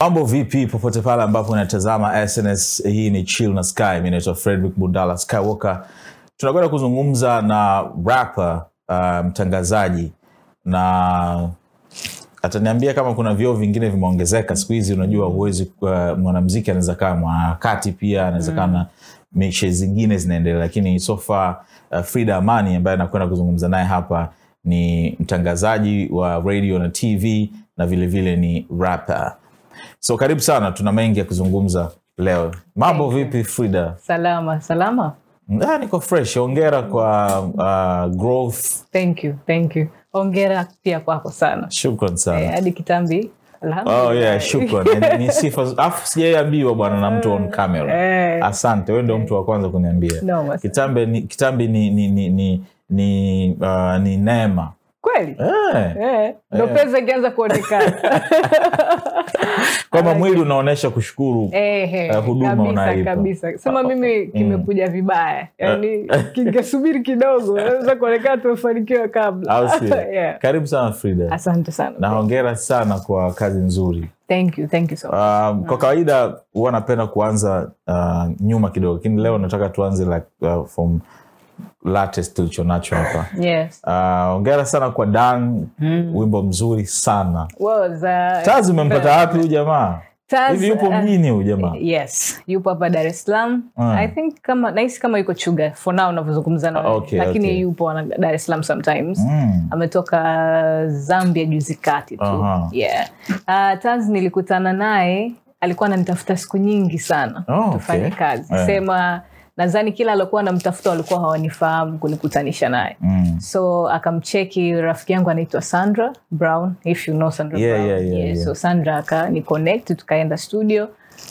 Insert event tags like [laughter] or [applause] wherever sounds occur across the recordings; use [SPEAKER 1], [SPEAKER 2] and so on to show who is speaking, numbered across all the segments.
[SPEAKER 1] mambo vipi popote pale ambapo unatazama sns hii ni chill na sky mi naitwa frederick bundala skywalker tunakwenda kuzungumza na rapper uh, mtangazaji na ataniambia kama kuna vyoo vingine vimeongezeka siku hizi unajua huwezi uh, mwanamziki anaweza kaa mwanaharakati pia anaweza kaa na mishe zingine zinaendelea lakini sofa uh, frida amani ambaye anakwenda kuzungumza naye hapa ni mtangazaji wa radio na tv na vilevile vile ni rapper so karibu sana tuna mengi ya kuzungumza leo mambo vipi frida
[SPEAKER 2] salama salama
[SPEAKER 1] Ah, niko fresh ongera kwa uh, growth
[SPEAKER 2] thank you thank you ongera pia kwako sana
[SPEAKER 1] shukran sana
[SPEAKER 2] Eh, hadi kitambi Alhamdulillah.
[SPEAKER 1] Ah. Oh, yeah,
[SPEAKER 2] [laughs]
[SPEAKER 1] shukran Ni- ni sifa afu sijaiambiwa bwana na mtu on camera
[SPEAKER 2] Eh,
[SPEAKER 1] asante we ndio mtu wa kwanza kuniambia
[SPEAKER 2] noma sana.
[SPEAKER 1] kitambi ni, kitambi ni, ni, ni, ni, ni, uh, ni neema
[SPEAKER 2] kweli
[SPEAKER 1] eh,
[SPEAKER 2] Eh, ndo
[SPEAKER 1] Eh.
[SPEAKER 2] pesa
[SPEAKER 1] [laughs]
[SPEAKER 2] ikianza kuonekana
[SPEAKER 1] kwamba mwili unaonyesha kushukuru
[SPEAKER 2] Eh, eh,
[SPEAKER 1] Eh, huduma
[SPEAKER 2] kabisa,
[SPEAKER 1] unaipa. Mm.
[SPEAKER 2] kabisa sema mimi kimekuja vibaya yani
[SPEAKER 1] Eh. [laughs]
[SPEAKER 2] kingesubiri kidogo naweza kuonekana tumefanikiwa kabla
[SPEAKER 1] au sio
[SPEAKER 2] [laughs] Yeah.
[SPEAKER 1] karibu sana frida
[SPEAKER 2] asante sana
[SPEAKER 1] na hongera sana kwa kazi nzuri
[SPEAKER 2] thank you thank you so much
[SPEAKER 1] um,
[SPEAKER 2] Ah.
[SPEAKER 1] kwa kawaida huwa napenda kuanza uh, nyuma kidogo lakini leo nataka tuanze like, uh, from latest tulichonacho hapa
[SPEAKER 2] yes
[SPEAKER 1] Uh, ongera sana kwa dan wimbo mzuri sana
[SPEAKER 2] well, uh, za-
[SPEAKER 1] taz umempata wapi huyu jamaa
[SPEAKER 2] Taz,
[SPEAKER 1] hivi yupo
[SPEAKER 2] ah,
[SPEAKER 1] mjini huyu jamaa
[SPEAKER 2] yes yupo hapa dar es salaam
[SPEAKER 1] Mm.
[SPEAKER 2] i think kama nahisi kama yuko chuga for now unavyozungumza na wewe.
[SPEAKER 1] Ah, Okay,
[SPEAKER 2] lakini
[SPEAKER 1] okay.
[SPEAKER 2] yupo ana- dar es salaam sometimes
[SPEAKER 1] Mm.
[SPEAKER 2] ametoka zambia juzi kati tu
[SPEAKER 1] Aha.
[SPEAKER 2] yeah. uh, taz nilikutana naye alikuwa ananitafuta siku nyingi sana
[SPEAKER 1] Oh, okay.
[SPEAKER 2] tufanye kazi
[SPEAKER 1] Eh.
[SPEAKER 2] sema nadhani kila aliokuwa namtafuta walikuwa hawanifahamu kunikutanisha naye
[SPEAKER 1] Mm.
[SPEAKER 2] so akamcheki rafiki yangu anaitwa sandra brown if you know sandra
[SPEAKER 1] Yeah,
[SPEAKER 2] brown.
[SPEAKER 1] yeah, yeah, yeah.
[SPEAKER 2] so sandra akani connect tukaenda studio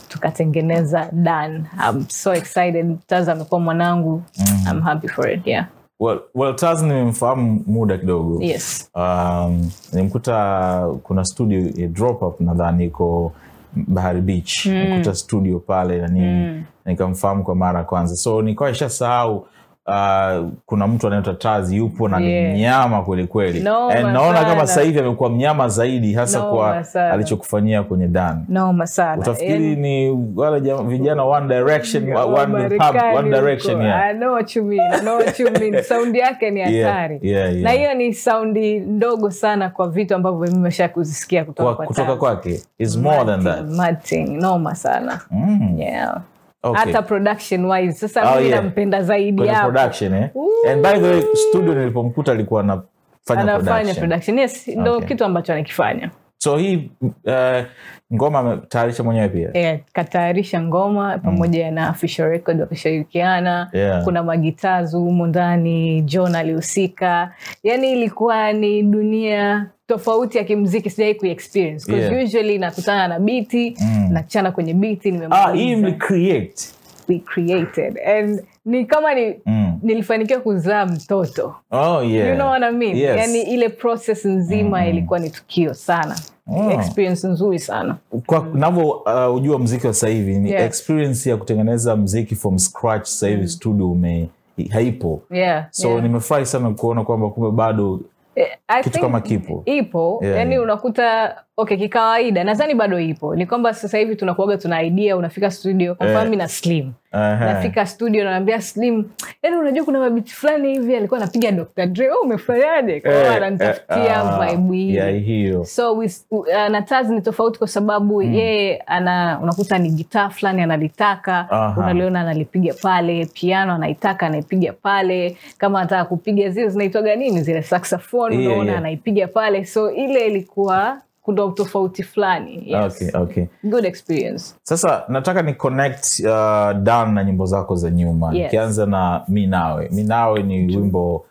[SPEAKER 2] tukatengeneza dan I'm so excited taz amekuwa mwanangu
[SPEAKER 1] Mm.
[SPEAKER 2] I'm happy for it yeah
[SPEAKER 1] well, well taz nimemfahamu muda kidogo
[SPEAKER 2] yes
[SPEAKER 1] um, nimkuta kuna studio ya drop up nadhani iko bahari beach
[SPEAKER 2] Hmm.
[SPEAKER 1] nimkuta studio pale na nini nikamfahamu kwa mara ya kwanza so nikawa ishasahau Uh, kuna mtu anaitwa tazi yupo na ni
[SPEAKER 2] Yeah.
[SPEAKER 1] mnyama kwelikweli
[SPEAKER 2] Noma
[SPEAKER 1] And naona kama
[SPEAKER 2] sana.
[SPEAKER 1] sahivi amekuwa mnyama zaidi hasa
[SPEAKER 2] Noma
[SPEAKER 1] kwa
[SPEAKER 2] sana.
[SPEAKER 1] alichokufanyia kwenye dan
[SPEAKER 2] noma sana
[SPEAKER 1] utafikiri
[SPEAKER 2] Yaani,
[SPEAKER 1] ni wale jam- vijana one direction,
[SPEAKER 2] wa-
[SPEAKER 1] one
[SPEAKER 2] Yaani, oh, Marekani
[SPEAKER 1] pub, one
[SPEAKER 2] huko.
[SPEAKER 1] direction yeah.
[SPEAKER 2] I know what you mean, I know what you
[SPEAKER 1] [laughs]
[SPEAKER 2] mean. saundi yake ni hatari
[SPEAKER 1] Yeah, yeah, yeah.
[SPEAKER 2] na hiyo ni saundi ndogo sana kwa vitu ambavyo mimi mesha kuzisikia kutoka
[SPEAKER 1] Kwa-
[SPEAKER 2] kwa
[SPEAKER 1] kutoka
[SPEAKER 2] Taz.
[SPEAKER 1] kwake is more than that
[SPEAKER 2] Martin, Martin, noma sana
[SPEAKER 1] Mm,
[SPEAKER 2] yeah.
[SPEAKER 1] okay.
[SPEAKER 2] hata production wise sasa
[SPEAKER 1] Oh,
[SPEAKER 2] mimi
[SPEAKER 1] yeah.
[SPEAKER 2] nampenda zaidi
[SPEAKER 1] Kwenye
[SPEAKER 2] hapo
[SPEAKER 1] production eh? and by the way studio nilipomkuta alikuwa anafanya
[SPEAKER 2] anafanya
[SPEAKER 1] production
[SPEAKER 2] production yes ndo
[SPEAKER 1] Okay.
[SPEAKER 2] kitu ambacho anakifanya
[SPEAKER 1] so hii uh, ngoma ametayarisha mwenyewe pia
[SPEAKER 2] yeah, katayarisha ngoma pamoja na Official record wakishirikiana
[SPEAKER 1] Mm. Yeah.
[SPEAKER 2] kuna magitazu humo ndani john alihusika yani ilikuwa ni dunia tofauti ya kimziki sijawai kuiexperience 'Cause
[SPEAKER 1] Yeah. Mm.
[SPEAKER 2] usually nakutana na biti nachana kwenye biti
[SPEAKER 1] ah, hii
[SPEAKER 2] nimemaliza.
[SPEAKER 1] mlicreate
[SPEAKER 2] We created and ni kama ni
[SPEAKER 1] mm.
[SPEAKER 2] nilifanikiwa kuzaa mtoto
[SPEAKER 1] oh, yeah.
[SPEAKER 2] you know what I mean?
[SPEAKER 1] Yes. Mm-hmm.
[SPEAKER 2] yani ile process nzima ilikuwa ni tukio sana
[SPEAKER 1] Oh.
[SPEAKER 2] experience nzuri sana
[SPEAKER 1] kwa navo uh, ujua mziki wa sahivi ni
[SPEAKER 2] Yes.
[SPEAKER 1] experience ya kutengeneza mziki from scratch sahivi studio ume haipo
[SPEAKER 2] yeah,
[SPEAKER 1] so
[SPEAKER 2] yeah.
[SPEAKER 1] nimefurahi sana kuona kwamba kumbe bado
[SPEAKER 2] Eh, I
[SPEAKER 1] kitu
[SPEAKER 2] think
[SPEAKER 1] kama kipo.
[SPEAKER 2] ipo
[SPEAKER 1] Yeah,
[SPEAKER 2] yani
[SPEAKER 1] yeah.
[SPEAKER 2] unakuta okay kikawaida nadhani bado ipo ni kwamba sasa hivi tunakuaga tuna idea unafika studio kwa
[SPEAKER 1] Eh.
[SPEAKER 2] mfano mi na slim
[SPEAKER 1] Aha.
[SPEAKER 2] nafika studio naambia slim yani unajua kuna mabiti fulani hivi alikuwa anapiga Dr. Dre wewe umefanyaje kwa hiyo
[SPEAKER 1] Eh,
[SPEAKER 2] ananitafutia
[SPEAKER 1] eh, ah,
[SPEAKER 2] oh, vibe hii
[SPEAKER 1] ya hiyo
[SPEAKER 2] so with, uh, na Taz ni tofauti kwa sababu
[SPEAKER 1] Mm.
[SPEAKER 2] yeye ana unakuta ni gitaa fulani analitaka
[SPEAKER 1] Aha.
[SPEAKER 2] unaliona analipiga pale piano anaitaka anaipiga pale kama anataka kupiga zile zinaitwaga nini zile saxophone
[SPEAKER 1] Yeah,
[SPEAKER 2] unaona
[SPEAKER 1] yeah.
[SPEAKER 2] anaipiga pale so ile ilikuwa kuna utofauti fulani yes.
[SPEAKER 1] okay, okay.
[SPEAKER 2] good experience
[SPEAKER 1] sasa nataka ni connect uh, dan na nyimbo zako za nyuma
[SPEAKER 2] Yes. Mm.
[SPEAKER 1] nikianza na mi nawe mi nawe ni wimbo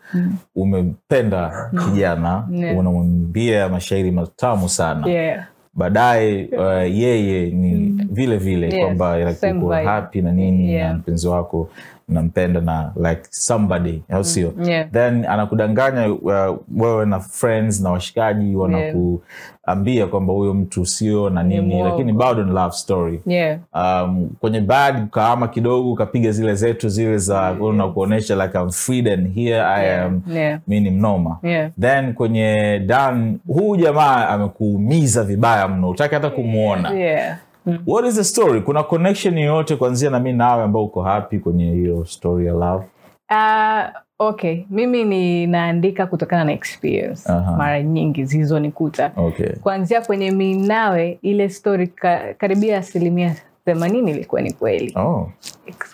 [SPEAKER 1] umempenda kijana
[SPEAKER 2] Yeah.
[SPEAKER 1] Ah. unamwambia mashairi matamu sana
[SPEAKER 2] yeah.
[SPEAKER 1] baadaye uh, yeye ni vile vile
[SPEAKER 2] Mm. Yes,
[SPEAKER 1] kwamba like,
[SPEAKER 2] same
[SPEAKER 1] uko
[SPEAKER 2] vibe.
[SPEAKER 1] happy na nini
[SPEAKER 2] Yeah.
[SPEAKER 1] na mpenzi wako nampenda na like somebody au sio
[SPEAKER 2] Mm. yeah.
[SPEAKER 1] then anakudanganya uh, wewe na friends na washikaji wanakuambia kwamba huyo mtu sio na nini
[SPEAKER 2] mwongo.
[SPEAKER 1] lakini bado ni love story
[SPEAKER 2] yeah.
[SPEAKER 1] um, kwenye bad ukaama kidogo ukapiga zile zetu zile za na kuonyesha like I'm freed and here I am
[SPEAKER 2] Mm, yeah. Mm.
[SPEAKER 1] mi ni mnoma
[SPEAKER 2] yeah.
[SPEAKER 1] then kwenye dan huu jamaa amekuumiza vibaya mno utaki hata kumwona
[SPEAKER 2] yeah.
[SPEAKER 1] what is the story kuna connection yoyote kuanzia na mi nawe ambao uko happy kwenye hiyo story ya love
[SPEAKER 2] Ah, okay mimi ninaandika kutokana na experience
[SPEAKER 1] Aha.
[SPEAKER 2] mara nyingi zilizonikuta
[SPEAKER 1] okay
[SPEAKER 2] kuanzia kwenye minawe ile story ka, karibia asilimia themanini ilikuwa ni kweli
[SPEAKER 1] oh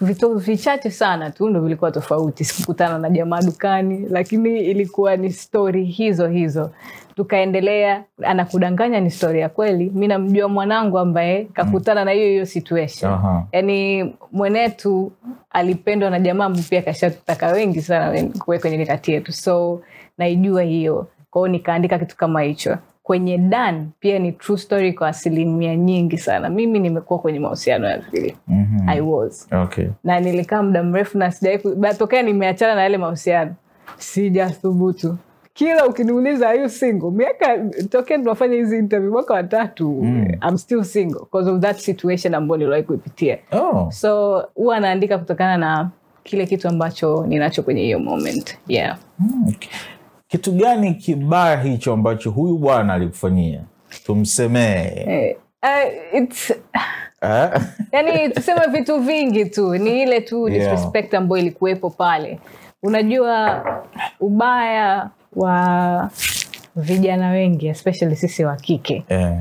[SPEAKER 2] vitu vichache sana tu ndo vilikuwa tofauti sikukutana na jamaa dukani lakini ilikuwa ni stori hizo hizo tukaendelea anakudanganya ni stori ya kweli mi namjua mwanangu ambaye kakutana na hiyo hiyo situation
[SPEAKER 1] Aha.
[SPEAKER 2] yaani mwenetu alipendwa na jamaa ambaye pia kashatutaka wengi sana kuwe kwenye mikati yetu so naijua hiyo kwao nikaandika kitu kama hicho kwenye dan pia ni true story kwa asilimia nyingi sana mimi nimekuwa kwenye mahusiano ya pili
[SPEAKER 1] Mhm.
[SPEAKER 2] i was
[SPEAKER 1] okay
[SPEAKER 2] na nilikaa muda mrefu na sijawai ku- ba- tokea nimeachana na yale mahusiano sijathubutu kila ukiniuliza "Are you single miaka tokea tunafanya hizi interview mwaka watatu mm. I'm still single because of that situation ambayo niliwahi kuipitia
[SPEAKER 1] oh
[SPEAKER 2] so huwa naandika kutokana na kile kitu ambacho ninacho kwenye hiyo moment yeah
[SPEAKER 1] Okay. hmm. kitu gani kibaya hicho ambacho huyu bwana alikufanyia tumsemee
[SPEAKER 2] Eh, eh, it's,
[SPEAKER 1] eh? [laughs]
[SPEAKER 2] yani Yaani, tuseme vitu vingi tu ni ile tu
[SPEAKER 1] Yeah.
[SPEAKER 2] disrespect ambayo ilikuwepo pale unajua ubaya wa vijana wengi especially sisi wa kike
[SPEAKER 1] eh.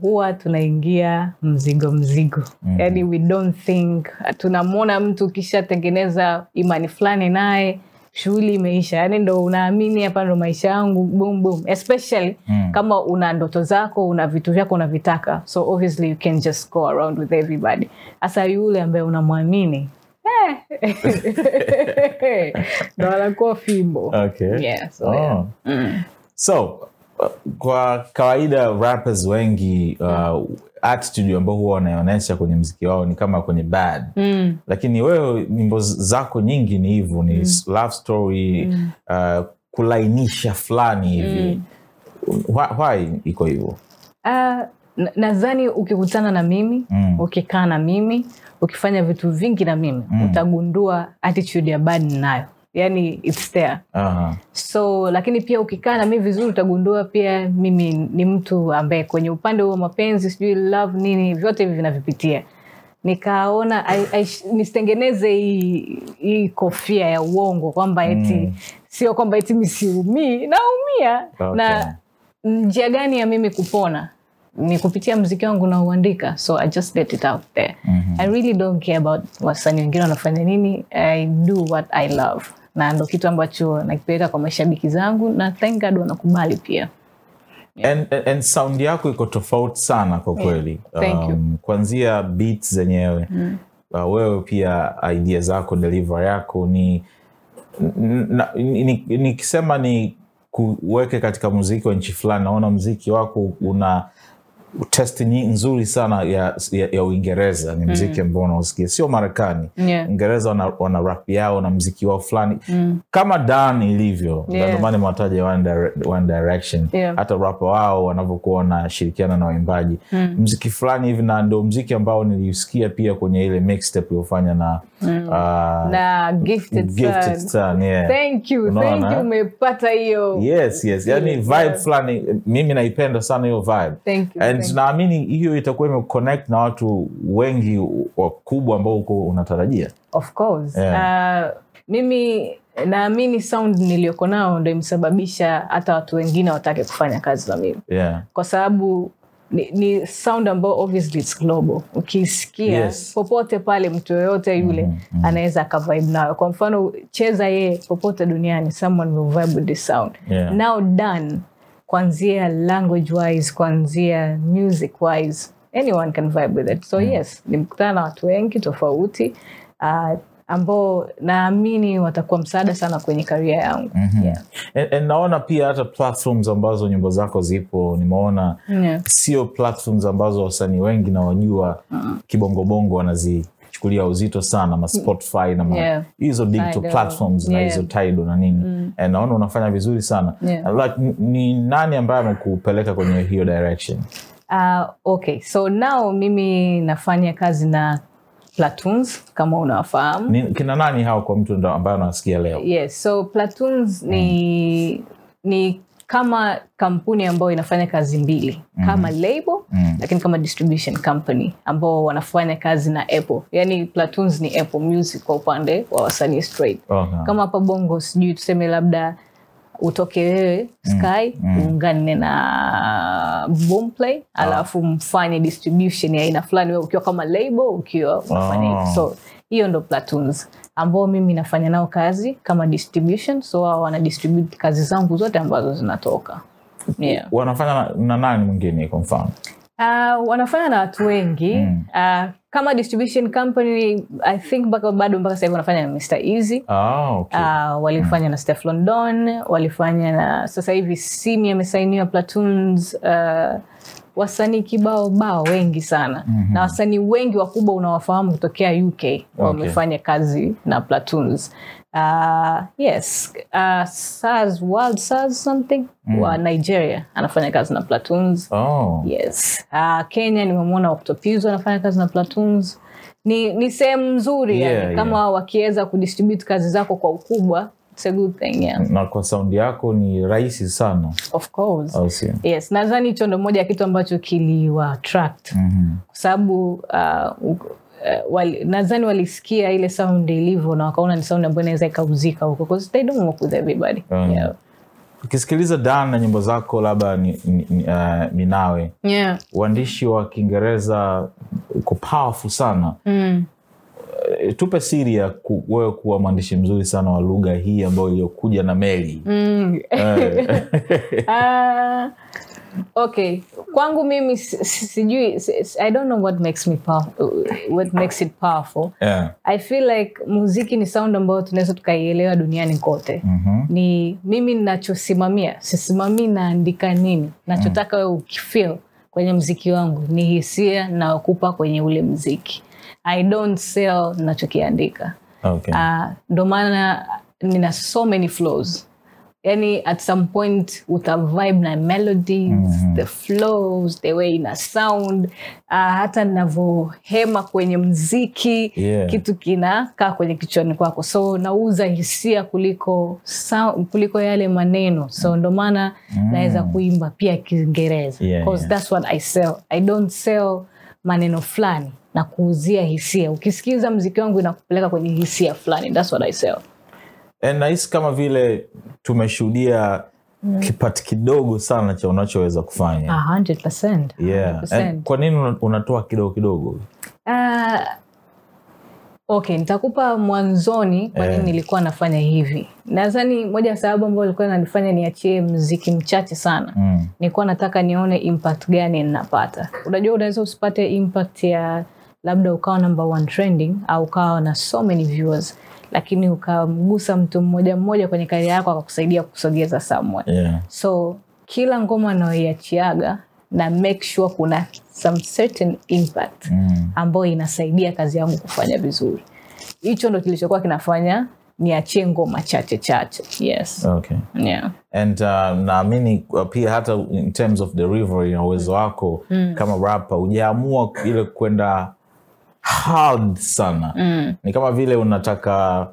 [SPEAKER 2] huwa tunaingia mzigo mzigo
[SPEAKER 1] Mm-hmm.
[SPEAKER 2] mm. yani we don't think tunamwona mtu ukishatengeneza imani fulani naye shughuli imeisha yani ndo unaamini hapa ndo maisha yangu boom boom especially mm. kama una ndoto zako una vitu vyako unavitaka so obviously you can just go around with everybody hasa yule ambaye unamwamini eh. [laughs] ndo anakuwa fimbo
[SPEAKER 1] okay.
[SPEAKER 2] yeah, so,
[SPEAKER 1] oh.
[SPEAKER 2] yeah.
[SPEAKER 1] so uh, kwa kawaida rappers wengi uh, attitude ambao huwa wanaonyesha kwenye mziki wao ni kama kwenye bad
[SPEAKER 2] Mm.
[SPEAKER 1] lakini wewe nyimbo z- zako nyingi ni hivyo ni mm. love story mm. uh, kulainisha fulani hivi mm. why iko hivyo
[SPEAKER 2] Ah, na- nadhani ukikutana na mimi
[SPEAKER 1] Mm.
[SPEAKER 2] ukikaa na mimi ukifanya vitu vingi na mimi utagundua attitude ya bad ninayo yani it's there
[SPEAKER 1] Aha.
[SPEAKER 2] so lakini pia ukikaa na mimi vizuri utagundua pia mimi ni mtu ambaye kwenye upande huo mapenzi sijui love nini vyote hivi vinavipitia nikaona I- I sh- nisitengeneze hii- hii kofia ya uongo kwamba
[SPEAKER 1] Mm.
[SPEAKER 2] eti sio kwamba eti misiumii naumia
[SPEAKER 1] Okay.
[SPEAKER 2] na njia gani ya mimi kupona ni kupitia mziki wangu nauandika so i just let it out there
[SPEAKER 1] Mm-hmm.
[SPEAKER 2] i really don't care about wasanii wengine wanafanya nini i do what i love na ndo kitu ambacho nakipeleka kwa mashabiki zangu na thank god wanakubali pia
[SPEAKER 1] and, and, and sound yako iko tofauti sana kwa kweli Um,
[SPEAKER 2] Thank you. Mm.
[SPEAKER 1] kuanzia beat zenyewe uh, wewe pia idea zako deliver yako ni n- na- ni- ni- nikisema ni kuweke katika muziki wa nchi fulani naona muziki wako una testi nyi- nzuri sana ya, ya, ya uingereza ni mziki ambao unaosikia sio marekani
[SPEAKER 2] Mm. Yeah. Mm.
[SPEAKER 1] uingereza wana, wana rap yao na mziki wao fulani kama dan ilivyo Na
[SPEAKER 2] Yeah.
[SPEAKER 1] ndio maana nimewataja One Dire- One Direction.
[SPEAKER 2] Yeah.
[SPEAKER 1] hata rapa wao wanavyokuwa wanashirikiana na waimbaji
[SPEAKER 2] Hmm.
[SPEAKER 1] mziki fulani hivi na ndio mziki ambao niliusikia pia kwenye ile mixtape iliyofanya na uh,
[SPEAKER 2] na Hmm. gifted,
[SPEAKER 1] Gifted
[SPEAKER 2] son.
[SPEAKER 1] Son, yeah.
[SPEAKER 2] thank you thank
[SPEAKER 1] Unaona,
[SPEAKER 2] you
[SPEAKER 1] eh?
[SPEAKER 2] umepata hiyo
[SPEAKER 1] yes yes yani
[SPEAKER 2] Yeah.
[SPEAKER 1] vibe fulani mimi naipenda sana hiyo vibe
[SPEAKER 2] Thank you,
[SPEAKER 1] and
[SPEAKER 2] thank you.
[SPEAKER 1] naamini hiyo itakuwa imeconnect na watu wengi wakubwa ambao uko unatarajia
[SPEAKER 2] of course
[SPEAKER 1] Yeah.
[SPEAKER 2] uh, mimi naamini sound niliyoko nao ndo imesababisha hata watu wengine watake kufanya kazi na mimi
[SPEAKER 1] yeah.
[SPEAKER 2] kwa sababu ni, ni sound ambao obviously it's global ukiisikia
[SPEAKER 1] Yes. Mm,
[SPEAKER 2] popote pale mtu yoyote yule anaweza akavibe nayo kwa mfano cheza yeye popote duniani someone will vibe with this sound
[SPEAKER 1] Yeah.
[SPEAKER 2] now done kwanzia language wise kwanzia music
[SPEAKER 1] Mm.
[SPEAKER 2] wise anyone can vibe with it so yes nimekutana na watu wengi tofauti uh, ambao naamini watakuwa msaada sana kwenye karia yangu
[SPEAKER 1] Mhm.
[SPEAKER 2] Yeah.
[SPEAKER 1] And- and naona pia hata platforms ambazo nyimbo zako zipo nimeona
[SPEAKER 2] Yeah.
[SPEAKER 1] sio platforms ambazo wasanii wengi nawajua kibongobongo wanazichukulia uzito sana ma spotify na ma
[SPEAKER 2] Yeah.
[SPEAKER 1] hizo digital
[SPEAKER 2] Tidal.
[SPEAKER 1] platforms na
[SPEAKER 2] Yeah. Mm.
[SPEAKER 1] hizo tido na nini Eh, naona unafanya vizuri sana
[SPEAKER 2] Yeah.
[SPEAKER 1] like, ni- ni nani ambaye amekupeleka kwenye hiyo direction
[SPEAKER 2] Uh, okay so now mimi nafanya kazi na platoons kama unawafahamu
[SPEAKER 1] ni, kina nani hao kwa mtu ndo ambaye anawasikia leo Oh,
[SPEAKER 2] yes so platoons ni ni kama kampuni ambayo inafanya kazi mbili kama label
[SPEAKER 1] Mm.
[SPEAKER 2] lakini kama distribution company ambao wanafanya kazi na apple yani platoons ni apple music kwa upande wa wasanii straight
[SPEAKER 1] Okay.
[SPEAKER 2] kama hapa bongo sijui tuseme labda utoke wewe sky uungane na boomplay alafu mfanye distribution ya aina fulani wewe ukiwa kama label ukiwa unafanya
[SPEAKER 1] Ah.
[SPEAKER 2] hivi so hiyo ndo platoons ambao mimi nafanya nao kazi kama distribution so wao wana distribute kazi zangu zote ambazo zinatoka yeah.
[SPEAKER 1] wanafanya na, na nani mwingine kwa mfano
[SPEAKER 2] Uh, wanafanya na watu wengi mm. uh, kama distribution company i think mpaka bado mpaka sahivi wanafanya na mr easy
[SPEAKER 1] ah, okay.
[SPEAKER 2] Uh, walifanya na Steph London, walifanya na sasa hivi Simi amesainiwa Platoons, uh, wasanii kibao bao wengi sana mm-hmm. na wasanii wengi wakubwa unawafahamu kutokea UK wamefanya kazi na Platoons. Uh, yes uh, Saz, World Saz something mm. wa Nigeria anafanya kazi na Platoons.
[SPEAKER 1] oh.
[SPEAKER 2] Yes. Uh, Kenya nimemwona Octopizzo anafanya kazi na Platoons. Ni, ni sehemu nzuri
[SPEAKER 1] Yeah,
[SPEAKER 2] yani, kama wakiweza kudistribute kazi zako kwa ukubwa it's a good thing yeah.
[SPEAKER 1] na kwa saundi yako ni rahisi sana
[SPEAKER 2] Of course.
[SPEAKER 1] au sio
[SPEAKER 2] Yes, nadhani hicho ndo moja ya kitu ambacho kiliwa attract
[SPEAKER 1] Mhm.
[SPEAKER 2] kwa sababu uh, u- uh, wali, nadhani walisikia ile sound ilivyo na wakaona ni sound ambayo inaweza ikauzika huko 'cause they don't work with everybody.
[SPEAKER 1] Mm.
[SPEAKER 2] Yeah.
[SPEAKER 1] ukisikiliza dan na nyimbo zako labda ni, ni, ni, eh, minawe
[SPEAKER 2] Yeah.
[SPEAKER 1] uandishi wa kiingereza uko powerful sana
[SPEAKER 2] Mm.
[SPEAKER 1] Eh, tupe siri ya ku, wewe kuwa mwandishi mzuri sana wa lugha hii ambayo iliyokuja na meli
[SPEAKER 2] Mm.
[SPEAKER 1] Eh,
[SPEAKER 2] Ah, okay kwangu mimi si- si- sijui si- si- i don't know what makes me pow- what makes it powerful
[SPEAKER 1] eh,
[SPEAKER 2] i feel like muziki ni sound ambayo tunaweza tukaielewa duniani kote
[SPEAKER 1] mhm.
[SPEAKER 2] ni mimi nachosimamia sisimamii naandika nini nachotaka wewe ukifeel kwenye mziki wangu ni hisia nayokupa kwenye ule mziki i don't sell nachokiandika
[SPEAKER 1] Okay.
[SPEAKER 2] Ah, ndo maana nina so many flows yani at some point uta vibe na melodies
[SPEAKER 1] Mhm.
[SPEAKER 2] the flows the way ina sound Ah, hata navyohema kwenye mziki
[SPEAKER 1] Yeah.
[SPEAKER 2] kitu kinakaa kwenye kichwani kwako so nauza hisia kuliko sound, kuliko yale maneno so ndo maana
[SPEAKER 1] Mm.
[SPEAKER 2] naweza kuimba pia kiingereza
[SPEAKER 1] Yeah,
[SPEAKER 2] 'Cause
[SPEAKER 1] yeah.
[SPEAKER 2] that's what I sell. I don't sell maneno fulani na kuuzia hisia. Ukisikiza mziki wangu inakupeleka kwenye hisia fulani. That's what I sell.
[SPEAKER 1] Eh, nahisi kama vile tumeshuhudia
[SPEAKER 2] Mm.
[SPEAKER 1] kipati kidogo sana cha unachoweza kufanya
[SPEAKER 2] A hundred percent. A
[SPEAKER 1] yeah.
[SPEAKER 2] Ah, hundred
[SPEAKER 1] And
[SPEAKER 2] percent.
[SPEAKER 1] kwa nini una- unatoa kidogo kidogo
[SPEAKER 2] Ah, okay nitakupa mwanzoni kwa nini
[SPEAKER 1] Eh.
[SPEAKER 2] nilikuwa nafanya hivi nadhani moja ya sababu ambayo ilikuwa nanifanya niachie mziki mchache sana
[SPEAKER 1] mm.
[SPEAKER 2] nilikuwa nataka nione impact gani ninapata unajua unaweza usipate impact ya labda ukawa number one trending au ukawa na so many viewers lakini ukamgusa mtu mmoja mmoja kwenye karia yako akakusaidia kusogeza somewhere
[SPEAKER 1] yeah.
[SPEAKER 2] so kila ngoma nayoiachiaga na make sure kuna some certain impact
[SPEAKER 1] mm.
[SPEAKER 2] ambayo inasaidia kazi yangu kufanya vizuri hicho ndo kilichokuwa kinafanya niachie ngoma chache chache yes
[SPEAKER 1] okay.
[SPEAKER 2] yeah.
[SPEAKER 1] and uh, naamini uh, pia hata in terms of delivery na uwezo wako kama rapa ujaamua ile kwenda hard sana ni kama vile unataka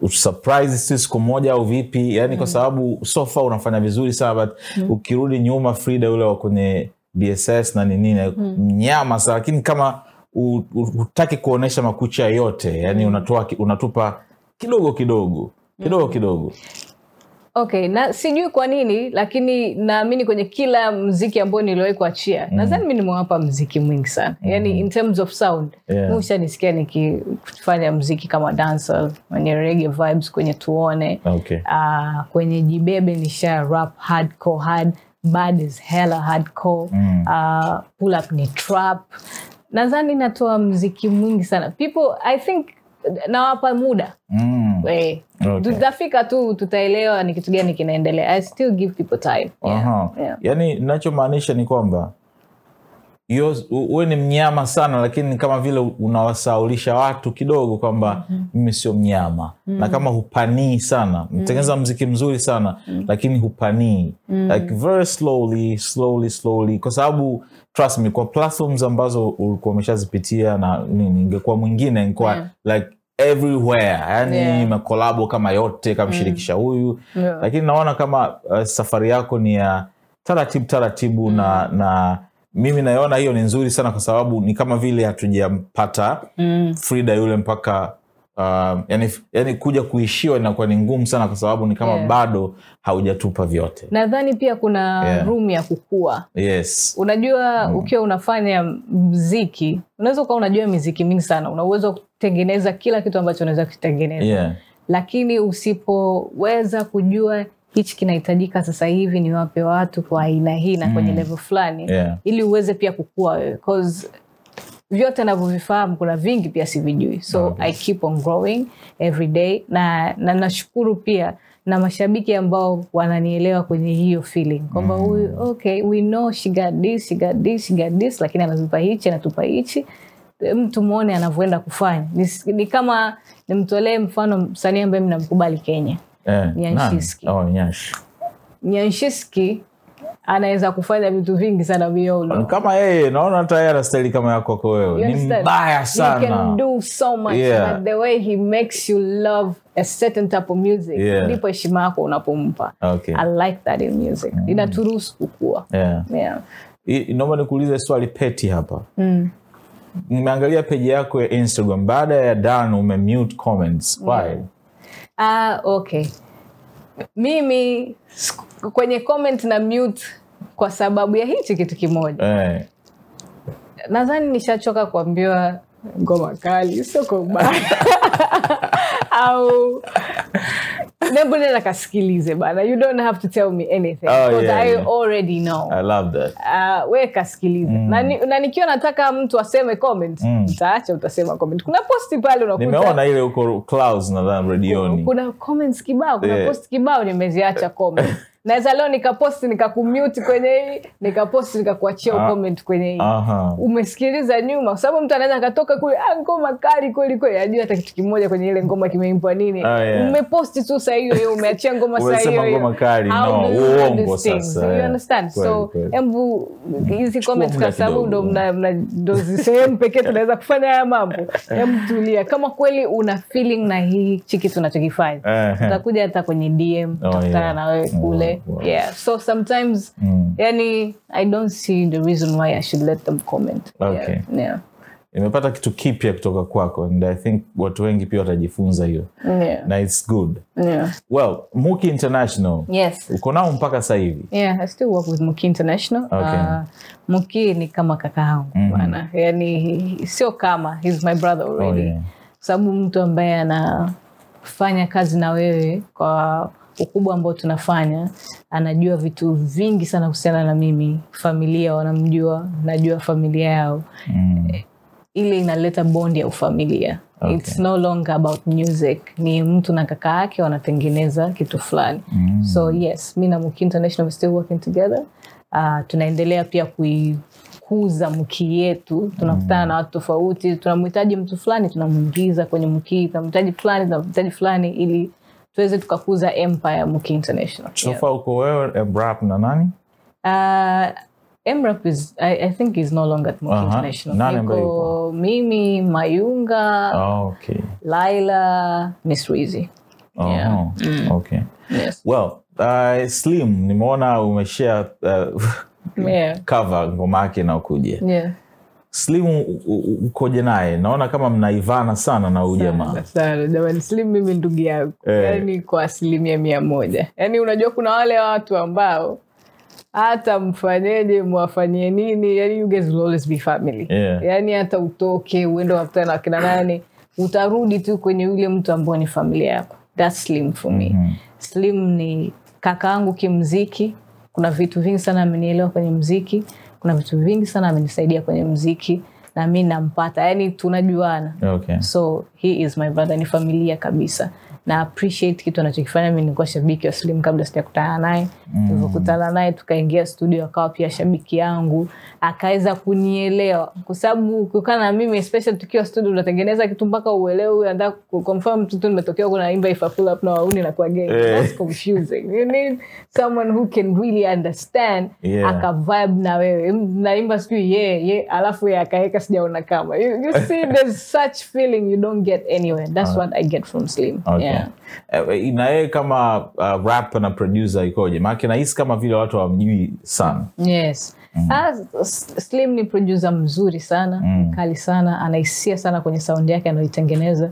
[SPEAKER 1] usurprise si siku moja au vipi yani kwa sababu sofa unafanya vizuri sana but ukirudi nyuma frida ule wa kwenye bss na ninini mnyama sana lakini kama u- u- hutaki kuonyesha makucha yote yani unatoa ki- unatupa kidogo kidogo kidogo kidogo
[SPEAKER 2] okay na sijui kwa nini lakini naamini kwenye kila mziki ambao niliwahi kuachia nadhani mi nimewapa mziki mwingi sana yani in terms of sound
[SPEAKER 1] Yeah.
[SPEAKER 2] mi ushanisikia nikifanya mziki kama dancer kwenye rege vibes kwenye tuone
[SPEAKER 1] okay.
[SPEAKER 2] Ah, kwenye jibebe nisha rap hardcore hard bad is hella hardcore Ah, pull up ni trap nadhani natoa mziki mwingi sana people i think nawapa muda
[SPEAKER 1] Mm.
[SPEAKER 2] eh,
[SPEAKER 1] Okay.
[SPEAKER 2] tutafika tu tutaelewa ni kitu gani kinaendelea i still give people time yeah.
[SPEAKER 1] Aha.
[SPEAKER 2] Yeah.
[SPEAKER 1] yaani nachomaanisha ni kwamba yo- u- uwe ni mnyama sana lakini ni kama vile unawasaulisha watu kidogo kwamba
[SPEAKER 2] Mhm.
[SPEAKER 1] mimi sio mnyama
[SPEAKER 2] Mm.
[SPEAKER 1] na kama hupanii sana mtengeneza mziki mzuri sana
[SPEAKER 2] Mm.
[SPEAKER 1] lakini hupanii like very slowly slowly slowly kwa sababu trust me kwa platforms ambazo ulikuwa umeshazipitia na nini ingekuwa mwingine ingekuwa
[SPEAKER 2] Yeah.
[SPEAKER 1] like everywhere yani
[SPEAKER 2] Yeah. Mm.
[SPEAKER 1] makolabo kama yote kamshirikisha huyu
[SPEAKER 2] Yeah.
[SPEAKER 1] lakini naona kama uh, safari yako ni ya taratibu taratibu
[SPEAKER 2] Mm.
[SPEAKER 1] na na mimi naiona hiyo ni nzuri sana kwa sababu ni kama vile hatujampata
[SPEAKER 2] Mm.
[SPEAKER 1] frida yule mpaka um, yani, yani kuja kuishiwa inakuwa ni ngumu sana kwa sababu ni kama
[SPEAKER 2] Yeah.
[SPEAKER 1] bado haujatupa vyote
[SPEAKER 2] nadhani pia kuna
[SPEAKER 1] Yeah. Mm.
[SPEAKER 2] room ya kukua
[SPEAKER 1] yes
[SPEAKER 2] unajua ukiwa unafanya mziki unaweza ukawa unajua miziki mingi sana una uwezo wa kutengeneza kila kitu ambacho unaweza kukitengeneza
[SPEAKER 1] yeah.
[SPEAKER 2] lakini usipoweza kujua hichi kinahitajika sasa hivi ni wape watu kwa aina hii na
[SPEAKER 1] Mm.
[SPEAKER 2] kwenye level fulani
[SPEAKER 1] Yeah.
[SPEAKER 2] ili uweze pia kukua wewe 'Cause vyote navyovifahamu kuna vingi pia sivijui so
[SPEAKER 1] Okay.
[SPEAKER 2] i keep on growing every day na, na nashukuru pia na mashabiki ambao wananielewa kwenye hiyo feeling kwamba huyu okay we know she got this she got this she got this lakini anatupa hichi anatupa hichi mtu mwone anavyoenda kufanya ni, s- ni kama nimtolee mfano msanii ambaye mnamkubali kenya
[SPEAKER 1] Yeah.
[SPEAKER 2] Nyanshiski.
[SPEAKER 1] Nani? Oh, Nyansh.
[SPEAKER 2] nyanshiski anaweza kufanya vitu vingi sana we all know.
[SPEAKER 1] kama yeye naona hata yeye anastahili kama yako kwako
[SPEAKER 2] You
[SPEAKER 1] wewe ni
[SPEAKER 2] understand?
[SPEAKER 1] mbaya
[SPEAKER 2] You can
[SPEAKER 1] sana
[SPEAKER 2] do so much
[SPEAKER 1] Yeah.
[SPEAKER 2] but the way he makes you love a certain type of music
[SPEAKER 1] Yeah.
[SPEAKER 2] ndipo heshima yako unapompa
[SPEAKER 1] okay. Mm.
[SPEAKER 2] i like that in music inaturuhusu kukua
[SPEAKER 1] yeah.
[SPEAKER 2] yeah.
[SPEAKER 1] I- naomba nikuulize swali peti hapa
[SPEAKER 2] Mm.
[SPEAKER 1] nimeangalia peji yako ya instagram baada ya dan umemute comments
[SPEAKER 2] Mm.
[SPEAKER 1] why
[SPEAKER 2] Ah, okay mimi siku- kwenye comment na mute kwa sababu ya hichi kitu kimoja
[SPEAKER 1] eh,
[SPEAKER 2] nadhani nishachoka kuambiwa ngoma kali sio kwa
[SPEAKER 1] [laughs]
[SPEAKER 2] ubaya au nembo nenda kasikilize bana you don't have to tell me anything
[SPEAKER 1] Oh,
[SPEAKER 2] because
[SPEAKER 1] yeah,
[SPEAKER 2] I
[SPEAKER 1] yeah. Ah.
[SPEAKER 2] already know
[SPEAKER 1] i love that
[SPEAKER 2] Uh, we kasikilize mm. na, ni- na nikiwa nataka mtu aseme comment mm. utaacha utasema comment kuna posti pale unakuta
[SPEAKER 1] nimeona ile huko clouds nadhani redioni
[SPEAKER 2] kuna comments kibao kuna
[SPEAKER 1] Yeah.
[SPEAKER 2] post
[SPEAKER 1] [laughs]
[SPEAKER 2] kibao nimeziacha comment naweza leo nikaposti nikakumute kwenye hii nikaposti nikakuachia
[SPEAKER 1] Ah.
[SPEAKER 2] comment kwenye hii
[SPEAKER 1] aha
[SPEAKER 2] umesikiliza nyuma kwa sababu mtu anaweza akatoka kule "Ah, ngoma kali kweli kweli ajui hata kitu kimoja kwenye ile ngoma kimeimbwa nini
[SPEAKER 1] Ah, yeah.
[SPEAKER 2] umeposti tu saa hiyo hiyo
[SPEAKER 1] [laughs]
[SPEAKER 2] umeachia ngoma saa hiyo
[SPEAKER 1] umesema
[SPEAKER 2] hiyo.
[SPEAKER 1] ngoma kali
[SPEAKER 2] How
[SPEAKER 1] no
[SPEAKER 2] do you do
[SPEAKER 1] uongo
[SPEAKER 2] these things?
[SPEAKER 1] sasa
[SPEAKER 2] You
[SPEAKER 1] eh.
[SPEAKER 2] understand?
[SPEAKER 1] Kweli,
[SPEAKER 2] So,
[SPEAKER 1] kweli.
[SPEAKER 2] embu hizi comments
[SPEAKER 1] muda
[SPEAKER 2] kwa sababu ndo
[SPEAKER 1] kidogo.
[SPEAKER 2] mna- mna- ndo zi- sehemu pekee tunaweza kufanya haya
[SPEAKER 1] [laughs]
[SPEAKER 2] mambo Em, tulia kama kweli una feeling na hichi kitu unachokifanya
[SPEAKER 1] Eh, eh.
[SPEAKER 2] utakuja hata kwenye dm
[SPEAKER 1] Oh,
[SPEAKER 2] utakutana
[SPEAKER 1] yeah.
[SPEAKER 2] na wewe kule
[SPEAKER 1] Wow, wow.
[SPEAKER 2] eh. yeah so sometimes
[SPEAKER 1] Mm.
[SPEAKER 2] yani i don't see the reason why i should let them comment
[SPEAKER 1] Okay.
[SPEAKER 2] yeah. Yeah.
[SPEAKER 1] nimepata kitu kipya kutoka kwako and i think watu wengi pia watajifunza hiyo
[SPEAKER 2] Yeah.
[SPEAKER 1] na its good
[SPEAKER 2] Yeah.
[SPEAKER 1] well muki international
[SPEAKER 2] yes
[SPEAKER 1] uko nao mpaka sasa hivi
[SPEAKER 2] Yeah, I still work with Muki International.
[SPEAKER 1] Okay. Mm-hmm.
[SPEAKER 2] Uh, Muki ni kama kakaangu bwana, yani sio kama, he's my brother already.
[SPEAKER 1] Oh, yeah.
[SPEAKER 2] Kwa sababu mtu ambaye anafanya kazi na wewe kwa ukubwa ambao tunafanya, anajua vitu vingi sana kuhusiana na mimi, familia wanamjua, najua familia yao
[SPEAKER 1] mm.
[SPEAKER 2] ile inaleta bond ya ufamilia
[SPEAKER 1] Okay.
[SPEAKER 2] It's no longer about music ni mtu na kaka yake wanatengeneza kitu fulani mm. so yes mi na muki international we're still working together uh, tunaendelea pia kuikuza mkii yetu tunakutana
[SPEAKER 1] Mm.
[SPEAKER 2] na watu tofauti tunamhitaji mtu fulani tunamwingiza kwenye mkii tunamhitaji fulani tunamhitaji fulani ili tuweze tukakuza empire mki international
[SPEAKER 1] so far uko wewe emrap na nani
[SPEAKER 2] Uh, Emrap is, I, I think he's no longer at Moki
[SPEAKER 1] Aha.
[SPEAKER 2] International.
[SPEAKER 1] Nani ambaye
[SPEAKER 2] Niko mimi, Mayunga,
[SPEAKER 1] oh, okay
[SPEAKER 2] Laila, Miss Reezy.
[SPEAKER 1] oh,
[SPEAKER 2] Yeah. Mm.
[SPEAKER 1] okay
[SPEAKER 2] Yes.
[SPEAKER 1] well uh, slim nimeona umeshare uh, [laughs]
[SPEAKER 2] Yeah.
[SPEAKER 1] cover ngoma yake inaokuja
[SPEAKER 2] Yeah.
[SPEAKER 1] slim u- u- ukoje naye naona kama mnaivana sana na huyu jamaa
[SPEAKER 2] sana jamani slim mimi ndugu yangu
[SPEAKER 1] Eh.
[SPEAKER 2] yani kwa asilimia mia moja yani unajua kuna wale watu ambao hata mfanyeje mwafanyie nini yani you guys will always be family
[SPEAKER 1] Yeah.
[SPEAKER 2] yani hata utoke uende wakutana na wakina nani utarudi tu kwenye yule mtu ambao ni familia yako thats slim for me
[SPEAKER 1] Mhm.
[SPEAKER 2] slim ni kakaangu kimziki kuna vitu vingi sana amenielewa kwenye mziki kuna vitu vingi sana amenisaidia kwenye mziki na mi nampata yani tunajuana
[SPEAKER 1] okay.
[SPEAKER 2] so he is my brother ni familia kabisa na appreciate kitu anachokifanya mi nilikuwa shabiki wa slim kabla sijakutana naye mm. tulivyokutana naye tukaingia studio akawa pia shabiki yangu akaweza kunielewa kwa sababu kukaa na mimi especially tukiwa studio unatengeneza kitu mpaka uelewe huyu anataka ku- kwa mfano mtu tu nimetokea kuna imba if I pull up na wauni na kwa gay
[SPEAKER 1] Eh.
[SPEAKER 2] that's confusing you need someone who can really understand
[SPEAKER 1] Yeah.
[SPEAKER 2] aka vibe na wewe naimba sijui ye ye alafu ye akaweka sijaona kama you, you
[SPEAKER 1] [laughs]
[SPEAKER 2] see there's such feeling you don't get anywhere that's what i get from slim
[SPEAKER 1] Ah. Okay.
[SPEAKER 2] yeah.
[SPEAKER 1] Eh, na yeye kama uh, rap na producer ikoje maake nahisi kama vile watu hawamjui sana
[SPEAKER 2] yes
[SPEAKER 1] Mm.
[SPEAKER 2] Ah, S- slim ni produsa mzuri sana
[SPEAKER 1] Mm.
[SPEAKER 2] mkali sana anahisia sana kwenye saundi yake anayoitengeneza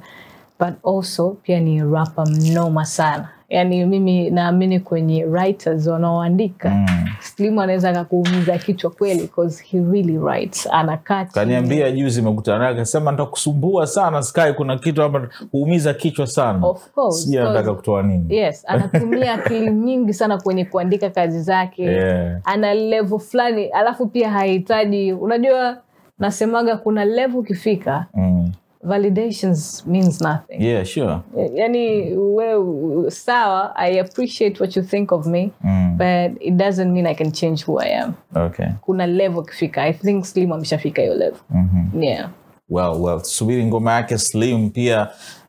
[SPEAKER 2] but also pia ni rapa mnoma sana yaani mimi naamini kwenye writers wanaoandika
[SPEAKER 1] Mm.
[SPEAKER 2] slim anaweza akakuumiza kichwa kweli 'cause he really writes anakaa chini.
[SPEAKER 1] kaniambia juzi imekutana naye akasema nitakusumbua sana sky kuna kitu hapa kuumiza kichwa sana
[SPEAKER 2] Of course,
[SPEAKER 1] sijui anataka
[SPEAKER 2] course.
[SPEAKER 1] kutoa nini
[SPEAKER 2] yes
[SPEAKER 1] [laughs]
[SPEAKER 2] anatumia akili nyingi sana kwenye kuandika kazi zake
[SPEAKER 1] Yeah.
[SPEAKER 2] ana level fulani alafu pia hahitaji unajua nasemaga kuna level ukifika
[SPEAKER 1] Mm.
[SPEAKER 2] validations means nothing
[SPEAKER 1] yeah sure
[SPEAKER 2] yani we sawa i appreciate what you think of me
[SPEAKER 1] Mm.
[SPEAKER 2] but it doesn't mean i can change who i am
[SPEAKER 1] okay
[SPEAKER 2] kuna level ukifika i think slim ameshafika hiyo level mm-hmm. yeah
[SPEAKER 1] well well subiri ngoma yake slim pia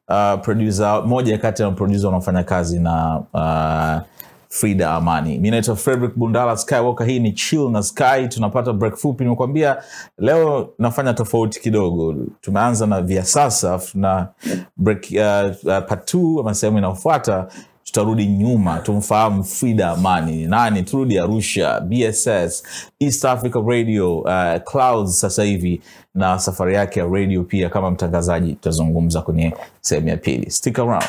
[SPEAKER 1] uh, producer moja kati ya producer wanaofanya kazi na uh, frida amani mi naitwa frederick bundala skywalker hii ni chill na sky tunapata break fupi nimekwambia leo nafanya tofauti kidogo tumeanza na vya sasa afu tuna break uh, uh, part two ama sehemu inayofuata tutarudi nyuma tumfahamu frida amani ni nani turudi arusha bss east africa radio uh, clouds sasa hivi na safari yake ya radio pia kama mtangazaji tutazungumza kwenye sehemu ya pili stick around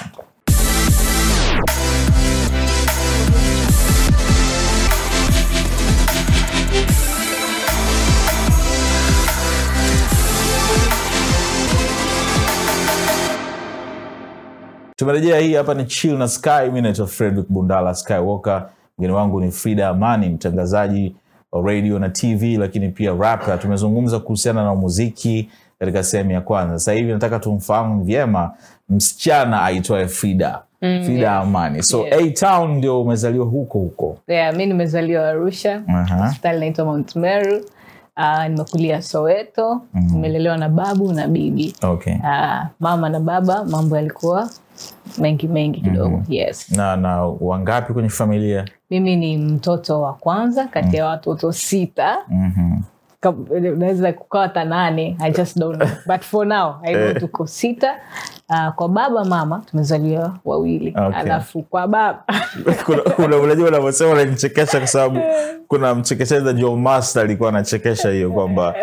[SPEAKER 1] tumerejea hii hapa ni chill na sky mi naitwa fredrick bundala skywalker mgeni wangu ni frida amani mtangazaji wa radio na tv lakini pia rapper tumezungumza kuhusiana na muziki katika sehemu ya kwanza sasa hivi nataka tumfahamu vyema msichana aitwaye frida mm, frida yeah. amani so yeah.
[SPEAKER 2] Yeah.
[SPEAKER 1] a town ndio umezaliwa huko huko
[SPEAKER 2] yeah, mi nimezaliwa arusha
[SPEAKER 1] Aha.
[SPEAKER 2] hospitali inaitwa mount meru uh, nimekulia soweto
[SPEAKER 1] Mhm.
[SPEAKER 2] nimelelewa na babu na bibi
[SPEAKER 1] okay
[SPEAKER 2] uh, mama na baba mambo yalikuwa mengi mengi kidogo
[SPEAKER 1] Mhm.
[SPEAKER 2] yes
[SPEAKER 1] na na wangapi kwenye familia
[SPEAKER 2] mimi ni mtoto wa kwanza kati
[SPEAKER 1] Mhm.
[SPEAKER 2] ya watoto sita
[SPEAKER 1] mm-hmm.
[SPEAKER 2] Ka- unaweza kukawa hata nane i just don't
[SPEAKER 1] [laughs]
[SPEAKER 2] know but for now i
[SPEAKER 1] Eh.
[SPEAKER 2] know tuko sita uh, kwa baba mama tumezaliwa wawili
[SPEAKER 1] Okay.
[SPEAKER 2] alafu kwa
[SPEAKER 1] [laughs]
[SPEAKER 2] baba
[SPEAKER 1] kuna kuna- unajua unavyosema unanichekesha kwa sababu kuna mchekeshaji John Master alikuwa anachekesha hiyo kwamba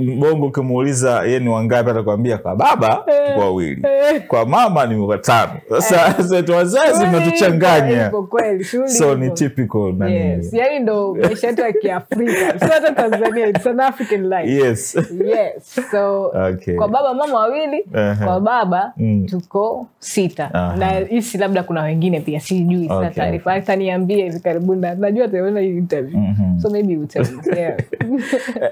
[SPEAKER 1] mbongo ukimuuliza ye ni wangapi atakwambia kwa baba tuko wawili kwa mama ni watano sasa zetu wazazi
[SPEAKER 2] [laughs]
[SPEAKER 1] mnatuchanganya
[SPEAKER 2] Ipo Eh. kweli shughuli
[SPEAKER 1] so ni
[SPEAKER 2] ipo.
[SPEAKER 1] typical nani
[SPEAKER 2] Yes, yani
[SPEAKER 1] [laughs]
[SPEAKER 2] ndo maisha yetu ya kiafrika sio hata tanzania it's an african life
[SPEAKER 1] yes
[SPEAKER 2] [laughs] yes so
[SPEAKER 1] Okay.
[SPEAKER 2] kwa baba mama wawili
[SPEAKER 1] Aha.
[SPEAKER 2] kwa baba
[SPEAKER 1] Mm.
[SPEAKER 2] tuko sita
[SPEAKER 1] Aha.
[SPEAKER 2] na hisi labda kuna wengine pia sijui
[SPEAKER 1] Okay.
[SPEAKER 2] okay. taarifa hata niambie hivi karibuni na- najua taona hii interview
[SPEAKER 1] Mhm.
[SPEAKER 2] so maybe you tell
[SPEAKER 1] [laughs]
[SPEAKER 2] me. Yeah.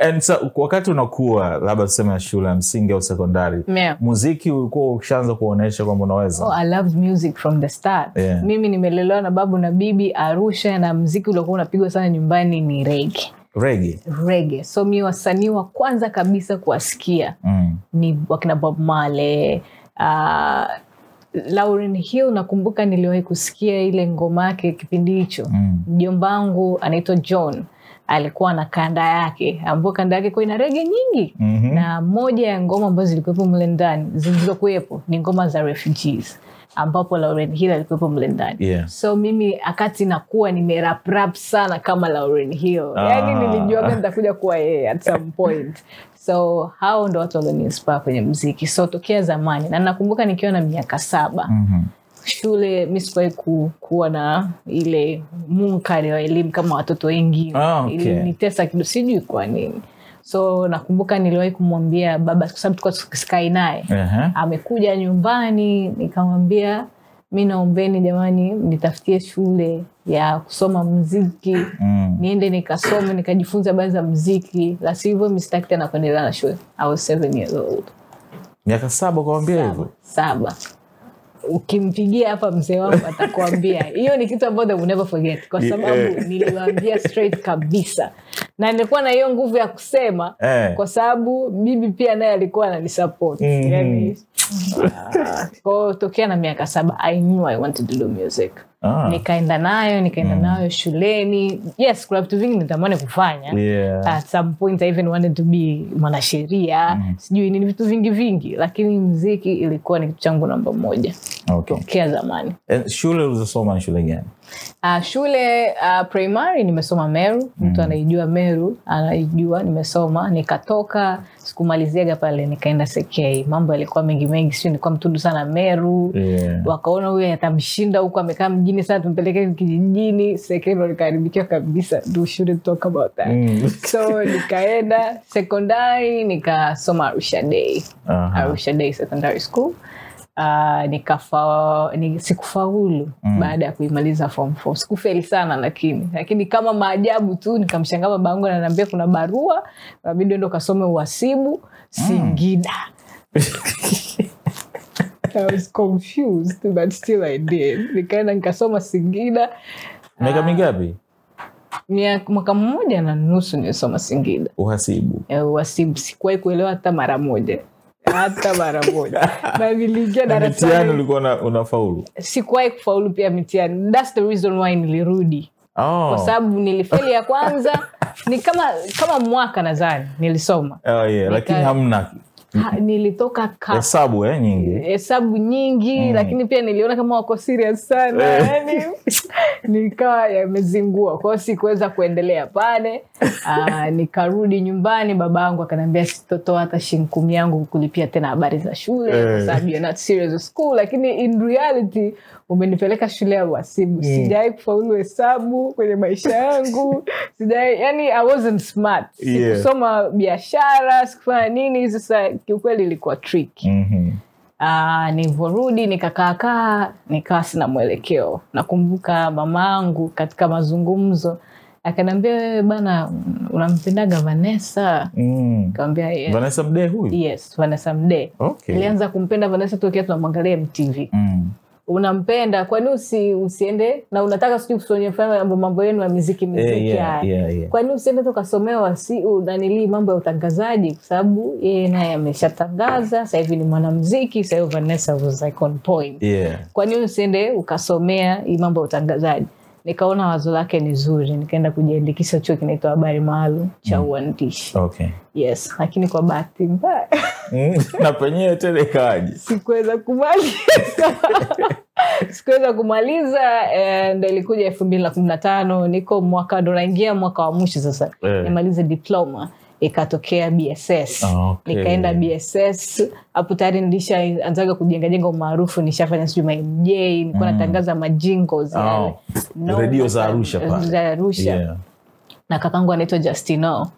[SPEAKER 1] And so, wakati unakuwa labda tuseme shule ya msingi au sekondari
[SPEAKER 2] Yeah.
[SPEAKER 1] muziki ulikuwa ukishaanza kuonyesha kwamba unaweza
[SPEAKER 2] Oh, I loved music from the start.
[SPEAKER 1] Yeah.
[SPEAKER 2] Mimi nimelelewa na babu na bibi Arusha, na mziki uliokuwa unapigwa sana nyumbani ni rege
[SPEAKER 1] rege
[SPEAKER 2] rege. So mi wasanii wa kwanza kabisa kuwasikia
[SPEAKER 1] mm.
[SPEAKER 2] ni wakina bob male uh, lauren hill nakumbuka niliwahi kusikia ile ngoma yake kipindi hicho
[SPEAKER 1] Mm.
[SPEAKER 2] mjomba wangu anaitwa john alikuwa na kanda yake ambayo kanda yake kuwa ina rege nyingi
[SPEAKER 1] Mhm.
[SPEAKER 2] na moja ya ngoma ambazo zilikuwepo mle ndani zilizokuwepo ni ngoma za refugees ambapo lauren hill alikuwepo mle ndani
[SPEAKER 1] Yeah.
[SPEAKER 2] so mimi akati nakuwa nimeraprap sana kama lauren hill
[SPEAKER 1] Ah.
[SPEAKER 2] yani Yaani nilijuaga nitakuja kuwa yeye at some point so hao ndo watu walionispaa kwenye mziki so tokea zamani na nakumbuka nikiwa na miaka saba
[SPEAKER 1] Mhm.
[SPEAKER 2] shule mi sikuwahi ku, kuwa na ile munkari wa elimu kama watoto wengine
[SPEAKER 1] Ah, okay.
[SPEAKER 2] ilinitesa kido sijui kwa nini so nakumbuka niliwahi kumwambia baba kwa sababu tulikuwa tusikai naye
[SPEAKER 1] Aha.
[SPEAKER 2] amekuja nyumbani nikamwambia mi naombeni jamani nitafutie shule ya kusoma mziki
[SPEAKER 1] Mm.
[SPEAKER 2] niende nikasome nikajifunza habari za mziki la sivyo mistaki tena kuendelea na shule I was seven years old
[SPEAKER 1] miaka saba ukawambia hivyo
[SPEAKER 2] saba ukimpigia hapa mzee wangu atakuambia hiyo ni kitu ambayo they will never forget kwa sababu
[SPEAKER 1] Yeah.
[SPEAKER 2] niliwaambia straight kabisa na nilikuwa na hiyo nguvu ya kusema
[SPEAKER 1] Eh.
[SPEAKER 2] kwa sababu bibi pia naye alikuwa ananisupport
[SPEAKER 1] Mhm.
[SPEAKER 2] yani, ah, kwao tokea na miaka saba i knew i wanted to do music
[SPEAKER 1] Ah. Mm.
[SPEAKER 2] nikaenda nayo nikaenda nayo shuleni yes kuna vitu vingi nitamani kufanya
[SPEAKER 1] Yeah. Mm.
[SPEAKER 2] at some point i even wanted to be mwanasheria sijui nini vitu vingi vingi lakini mziki ilikuwa ni kitu changu namba moja
[SPEAKER 1] Okay.
[SPEAKER 2] tokea zamani
[SPEAKER 1] Eh, shule ulizosoma ni shule gani
[SPEAKER 2] uh, shule uh, primary nimesoma meru mtu
[SPEAKER 1] Mm.
[SPEAKER 2] anaijua meru anaijua nimesoma nikatoka sikumaliziaga pale nikaenda sekei mambo yalikuwa mengi mengi sio nilikuwa mtundu sana meru
[SPEAKER 1] Yeah.
[SPEAKER 2] wakaona huyu atamshinda huku amekaa mjini sana tumpeleke kijijini sekendo nikaharibikiwa kabisa Do shouldn't talk about that
[SPEAKER 1] Mm.
[SPEAKER 2] so nikaenda sekondari nikasoma arusha day
[SPEAKER 1] Aha.
[SPEAKER 2] arusha day secondary school Uh, nikafa ni, sikufaulu baada ya kuimaliza form four sikufeli sana lakini lakini kama maajabu tu nikamshangaa babangu ananiambia kuna barua unabidi ndo kasome uhasibu singida I was confused but still I did. Nikaenda nikasoma Singida
[SPEAKER 1] miaka mingapi
[SPEAKER 2] Mia- mwaka mmoja na nusu nilisoma Singida.
[SPEAKER 1] uhasibu
[SPEAKER 2] Eh, Uhasibu sikuwahi kuelewa hata mara moja, hata mara
[SPEAKER 1] [laughs]
[SPEAKER 2] moja, na niliingia
[SPEAKER 1] mtihani
[SPEAKER 2] darasani
[SPEAKER 1] ulikuwa una- unafaulu
[SPEAKER 2] sikuwahi kufaulu pia mitihani. That's the reason why nilirudi
[SPEAKER 1] oh.
[SPEAKER 2] kwa sababu nilifeli ya
[SPEAKER 1] [laughs]
[SPEAKER 2] kwanza ni kama kama mwaka nadhani nilisoma
[SPEAKER 1] oh, yeah. lakini
[SPEAKER 2] Nika-
[SPEAKER 1] hamna
[SPEAKER 2] ha, nilitoka ka
[SPEAKER 1] hesabu eh, nyingi
[SPEAKER 2] hesabu nyingi lakini pia niliona kama wako serious sana
[SPEAKER 1] Mm. Eh.
[SPEAKER 2] yani
[SPEAKER 1] [laughs]
[SPEAKER 2] nikawa yamezingua kwao sikuweza kuendelea
[SPEAKER 1] [laughs]
[SPEAKER 2] pale Aa, nikarudi nyumbani baba yangu akaniambia sitotoa hata shilingi kumi yangu kulipia tena habari za shule kwa
[SPEAKER 1] Eh.
[SPEAKER 2] sababu you're not serious with school lakini in reality umenipeleka shule ya uhasibu
[SPEAKER 1] Mm.
[SPEAKER 2] sijawai kufaulu hesabu kwenye maisha
[SPEAKER 1] [laughs]
[SPEAKER 2] yangu sijawai yani i wasn't smart
[SPEAKER 1] Yeah.
[SPEAKER 2] sikusoma biashara sikufanya nini sasa kiukweli ilikuwa tricky
[SPEAKER 1] Mhm.
[SPEAKER 2] Ah, nilivyorudi nikakaakaa nikawa sina mwelekeo nakumbuka mamaangu katika mazungumzo akaniambia wewe bana mm, unampendaga vanessa
[SPEAKER 1] Mm.
[SPEAKER 2] kawambia yes,
[SPEAKER 1] vanessa mdee huyu
[SPEAKER 2] yes vanessa mde
[SPEAKER 1] Okay.
[SPEAKER 2] nilianza kumpenda vanessa tokea tunamwangalia mtv
[SPEAKER 1] Mm.
[SPEAKER 2] unampenda kwani usi, usiende na unataka sijui kusonye fanya mambo mambo yenu ya miziki
[SPEAKER 1] Eh,
[SPEAKER 2] miziki
[SPEAKER 1] yeah,
[SPEAKER 2] haya
[SPEAKER 1] yeah, yeah.
[SPEAKER 2] kwani usiende tukasomewa nanilii mambo ya utangazaji kwa sababu yeye naye ameshatangaza sahivi ni mwanamziki sahivi vanessa was like on point
[SPEAKER 1] Yeah.
[SPEAKER 2] kwani usiende ukasomea hii mambo ya utangazaji nikaona wazo lake ni zuri nikaenda kujiandikisha chuo kinaitwa habari maalum cha uandishi
[SPEAKER 1] Okay.
[SPEAKER 2] yes lakini kwa bahati mbaya
[SPEAKER 1] Mm. [laughs] na penyewe tena ikawaje
[SPEAKER 2] sikuweza kumaliza [laughs] sikuweza kumaliza eh, ndo ilikuja elfu mbili na kumi na tano niko mwaka ndo naingia mwaka wa mwisho sasa
[SPEAKER 1] Eh.
[SPEAKER 2] nimalize diploma ikatokea bss
[SPEAKER 1] Ah, Okay.
[SPEAKER 2] nikaenda bss hapo tayari nilishaanzaga kujengajenga umaarufu nishafanya sijui mamj nikuwa natangaza majingo
[SPEAKER 1] Mm. Oh. Redio za Arusha pale.
[SPEAKER 2] za arusha
[SPEAKER 1] Yeah.
[SPEAKER 2] na kakangu anaitwa justino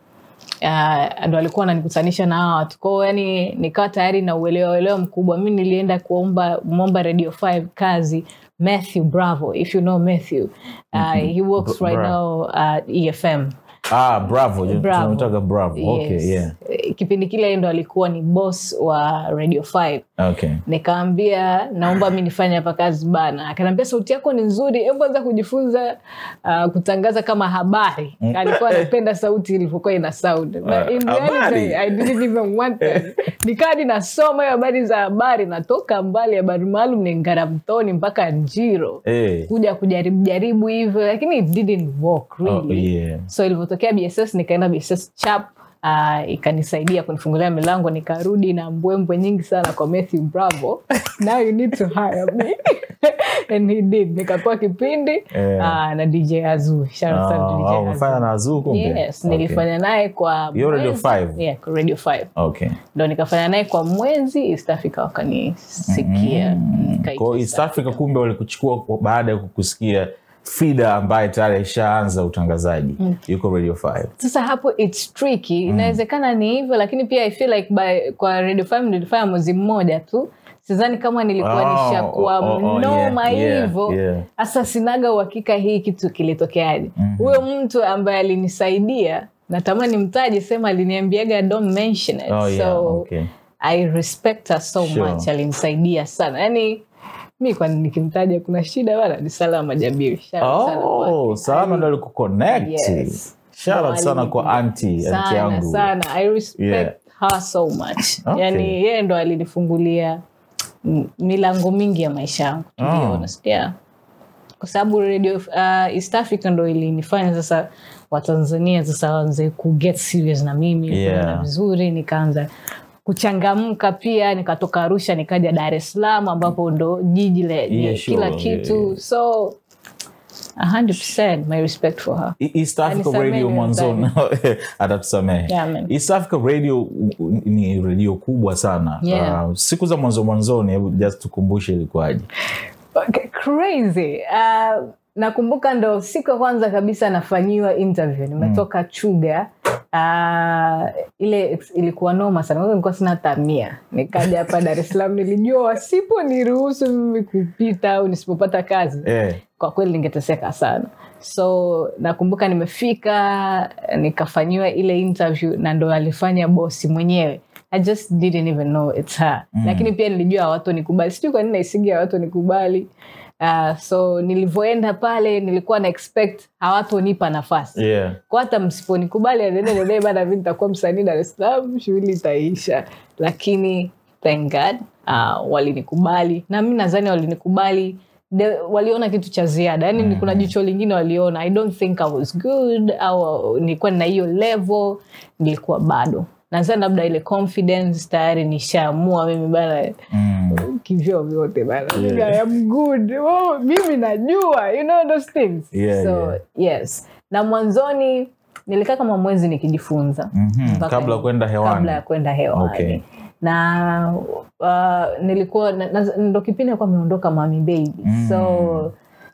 [SPEAKER 2] Uh, ndo alikuwa ananikutanisha na hawa watu kwao yani nikawa tayari na uelewa uelewa mkubwa mi nilienda kuomba mwomba radio 5 kazi matthew bravo if you know matthew uh, he works
[SPEAKER 1] Mhm. Bra-
[SPEAKER 2] right
[SPEAKER 1] Bra-
[SPEAKER 2] now at E efm
[SPEAKER 1] ah, bravo Ju-
[SPEAKER 2] Bravo.
[SPEAKER 1] tunamtaka bravo
[SPEAKER 2] Yes.
[SPEAKER 1] okay, yeah.
[SPEAKER 2] Eh, kipindi kile ndo alikuwa ni boss wa radio 5
[SPEAKER 1] okay.
[SPEAKER 2] nikaambia naomba mi nifanye hapa kazi bana akanaambia sauti yako ni nzuri hebu anza kujifunza uh, kutangaza kama habari
[SPEAKER 1] Mm. [laughs]
[SPEAKER 2] alikuwa anapenda sauti ilivyokuwa ina sound But
[SPEAKER 1] Eh,
[SPEAKER 2] in
[SPEAKER 1] habari.
[SPEAKER 2] reality, I didn't even want
[SPEAKER 1] [laughs]
[SPEAKER 2] that. nikaa ninasoma hiyo habari za habari natoka mbali habari maalum ni ngaramtoni mpaka njiro
[SPEAKER 1] Eh.
[SPEAKER 2] kuja kujaribu jaribu hivyo lakini it didn't work really
[SPEAKER 1] Oh, yeah.
[SPEAKER 2] so ilivyotokea bss nikaenda bss chap Uh, ikanisaidia kunifungulia milango nikarudi na mbwembwe nyingi sana kwa Matthew Bravo [laughs] now you need to hire me [laughs] and he did nikapewa kipindi
[SPEAKER 1] Eh.
[SPEAKER 2] ah, na DJ Azu shout out
[SPEAKER 1] Ah,
[SPEAKER 2] to DJ
[SPEAKER 1] wow, umefanya
[SPEAKER 2] Azu
[SPEAKER 1] na Azuu kumbe
[SPEAKER 2] yes
[SPEAKER 1] Okay.
[SPEAKER 2] nilifanya naye kwa
[SPEAKER 1] Hiyo Radio
[SPEAKER 2] mwezi-
[SPEAKER 1] 5?
[SPEAKER 2] yeah kwa Radio 5
[SPEAKER 1] okay.
[SPEAKER 2] ndo nikafanya naye kwa mwezi East Africa wakanisikia
[SPEAKER 1] Mm-hmm. Kwa hiyo
[SPEAKER 2] nikaitwa
[SPEAKER 1] East Africa kumbe walikuchukua kwa- baada ya kukusikia Frida ambaye tayari ishaanza utangazaji
[SPEAKER 2] Mm.
[SPEAKER 1] yuko Radio 5.
[SPEAKER 2] sasa hapo its
[SPEAKER 1] Mm.
[SPEAKER 2] tricky inawezekana ni hivyo lakini pia i feel like by, kwa radio 5 nilifanya mwezi mmoja tu sidhani kama nilikuwa
[SPEAKER 1] Oh,
[SPEAKER 2] nishakuwa
[SPEAKER 1] oh, oh,
[SPEAKER 2] mnoma
[SPEAKER 1] yeah, yeah,
[SPEAKER 2] hivyo
[SPEAKER 1] yeah. Mm-hmm.
[SPEAKER 2] hasa sinaga uhakika hii kitu kilitokeaje huyo mtu ambaye alinisaidia natamani mtaji sema aliniambiaga don't mention it
[SPEAKER 1] Oh,
[SPEAKER 2] so
[SPEAKER 1] yeah, okay.
[SPEAKER 2] i respect her so
[SPEAKER 1] Sure.
[SPEAKER 2] much alinisaidia sana yani mi kwani nikimtaja kuna shida bana ni salama jabiri Shout out sana kwake.
[SPEAKER 1] Oh, salama ndo alikuconnect
[SPEAKER 2] Yes.
[SPEAKER 1] Shout out
[SPEAKER 2] Ndo
[SPEAKER 1] sana kwa anti anti
[SPEAKER 2] sana
[SPEAKER 1] yangu
[SPEAKER 2] sana i respect
[SPEAKER 1] Yeah.
[SPEAKER 2] her so much
[SPEAKER 1] Okay.
[SPEAKER 2] yani yeye ndo alinifungulia m- milango mingi ya maisha yangu to be
[SPEAKER 1] Oh.
[SPEAKER 2] honest. yeah. kwa sababu radio uh, east africa ndo ilinifanya sasa watanzania sasa waanze kuget serious na mimi
[SPEAKER 1] Yeah.
[SPEAKER 2] kuona vizuri nikaanza kuchangamka pia nikatoka arusha nikaja dar es salaam ambapo ndo jiji lenye
[SPEAKER 1] Yeah, sure.
[SPEAKER 2] kila
[SPEAKER 1] Yeah,
[SPEAKER 2] kitu
[SPEAKER 1] yeah.
[SPEAKER 2] so 100 my respect for her
[SPEAKER 1] E- East Africa
[SPEAKER 2] Anisamehe
[SPEAKER 1] Radio mwanzoni [laughs] atatusamehe.
[SPEAKER 2] Yeah, amen.
[SPEAKER 1] East Africa Radio u- u- ni redio kubwa sana.
[SPEAKER 2] Yeah.
[SPEAKER 1] Uh, siku za mwanzo mwanzoni, hebu just tukumbushe ilikuwaje?
[SPEAKER 2] okay, crazy uh, nakumbuka ndo siku ya kwanza kabisa nafanyiwa interview nimetoka mm. chuga uh, ile ex- ilikuwa noma sana Kwanza nilikuwa sina tamia nikaja hapa dar es salaam nilijua wasipo niruhusu mimi kupita au nisipopata kazi
[SPEAKER 1] Eh,
[SPEAKER 2] kwa kweli ningeteseka sana so nakumbuka nimefika nikafanyiwa ile interview na ndo alifanya bosi mwenyewe i just didn't even know its her mm. lakini pia nilijua watu nikubali sijui kwa nini naisigia watu nikubali uh, so nilivyoenda pale nilikuwa na expect hawatonipa nafasi
[SPEAKER 1] yeah.
[SPEAKER 2] kwa hata msiponikubali anenenene bana mi nitakuwa msanii dar es salaam shughuli itaisha lakini thank god uh, walinikubali na mi nadhani walinikubali the- waliona kitu cha ziada yani mm. kuna jicho lingine waliona i don't think i was good au nilikuwa na hiyo level nilikuwa bado nadhani labda ile confidence tayari nishaamua mimi bana
[SPEAKER 1] Mm.
[SPEAKER 2] kivyo vyote bana Mimi I am good oh, mimi najua you know those things
[SPEAKER 1] Yeah,
[SPEAKER 2] so
[SPEAKER 1] yeah.
[SPEAKER 2] yes na mwanzoni nilikaa kama mwezi nikijifunza
[SPEAKER 1] Mhm,
[SPEAKER 2] Mpaka
[SPEAKER 1] kabla
[SPEAKER 2] ni-
[SPEAKER 1] kwenda hewani.
[SPEAKER 2] kabla ya kwenda hewani
[SPEAKER 1] Okay.
[SPEAKER 2] na uh, nilikuwa na- na- ndo kipindi alikuwa ameondoka mami baby
[SPEAKER 1] Mm.
[SPEAKER 2] so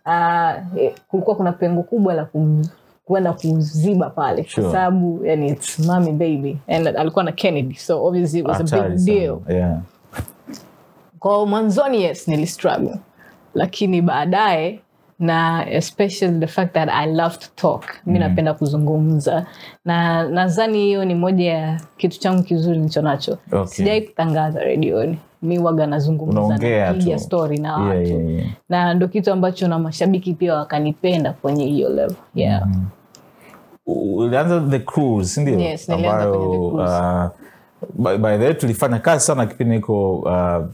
[SPEAKER 2] uh, eh, kulikuwa kuna pengo kubwa la kum- kwenda kuziba pale kwa
[SPEAKER 1] Sure.
[SPEAKER 2] sababu yani, it's mami baby and alikuwa na kennedy so obviously it was a
[SPEAKER 1] Hatari
[SPEAKER 2] big
[SPEAKER 1] sana.
[SPEAKER 2] deal
[SPEAKER 1] Yeah.
[SPEAKER 2] kwa mwanzoni yes nilistruggle lakini baadaye na especially the fact that i love to talk mi
[SPEAKER 1] Mm.
[SPEAKER 2] napenda kuzungumza na nadhani hiyo ni moja ya kitu changu kizuri nilicho nacho
[SPEAKER 1] Okay.
[SPEAKER 2] sijai kutangaza redioni mi waga nazungumza
[SPEAKER 1] Unaongea
[SPEAKER 2] napiga
[SPEAKER 1] tu.
[SPEAKER 2] story na watu
[SPEAKER 1] Yeah, yeah, yeah.
[SPEAKER 2] na ndo kitu ambacho na mashabiki pia wakanipenda kwenye hiyo level yeah.
[SPEAKER 1] Mm, U- ulianza the cruise sindio
[SPEAKER 2] Yes, nilianza kwenye The
[SPEAKER 1] uh, by, by the way tulifanya kazi sana kipindi niko uh,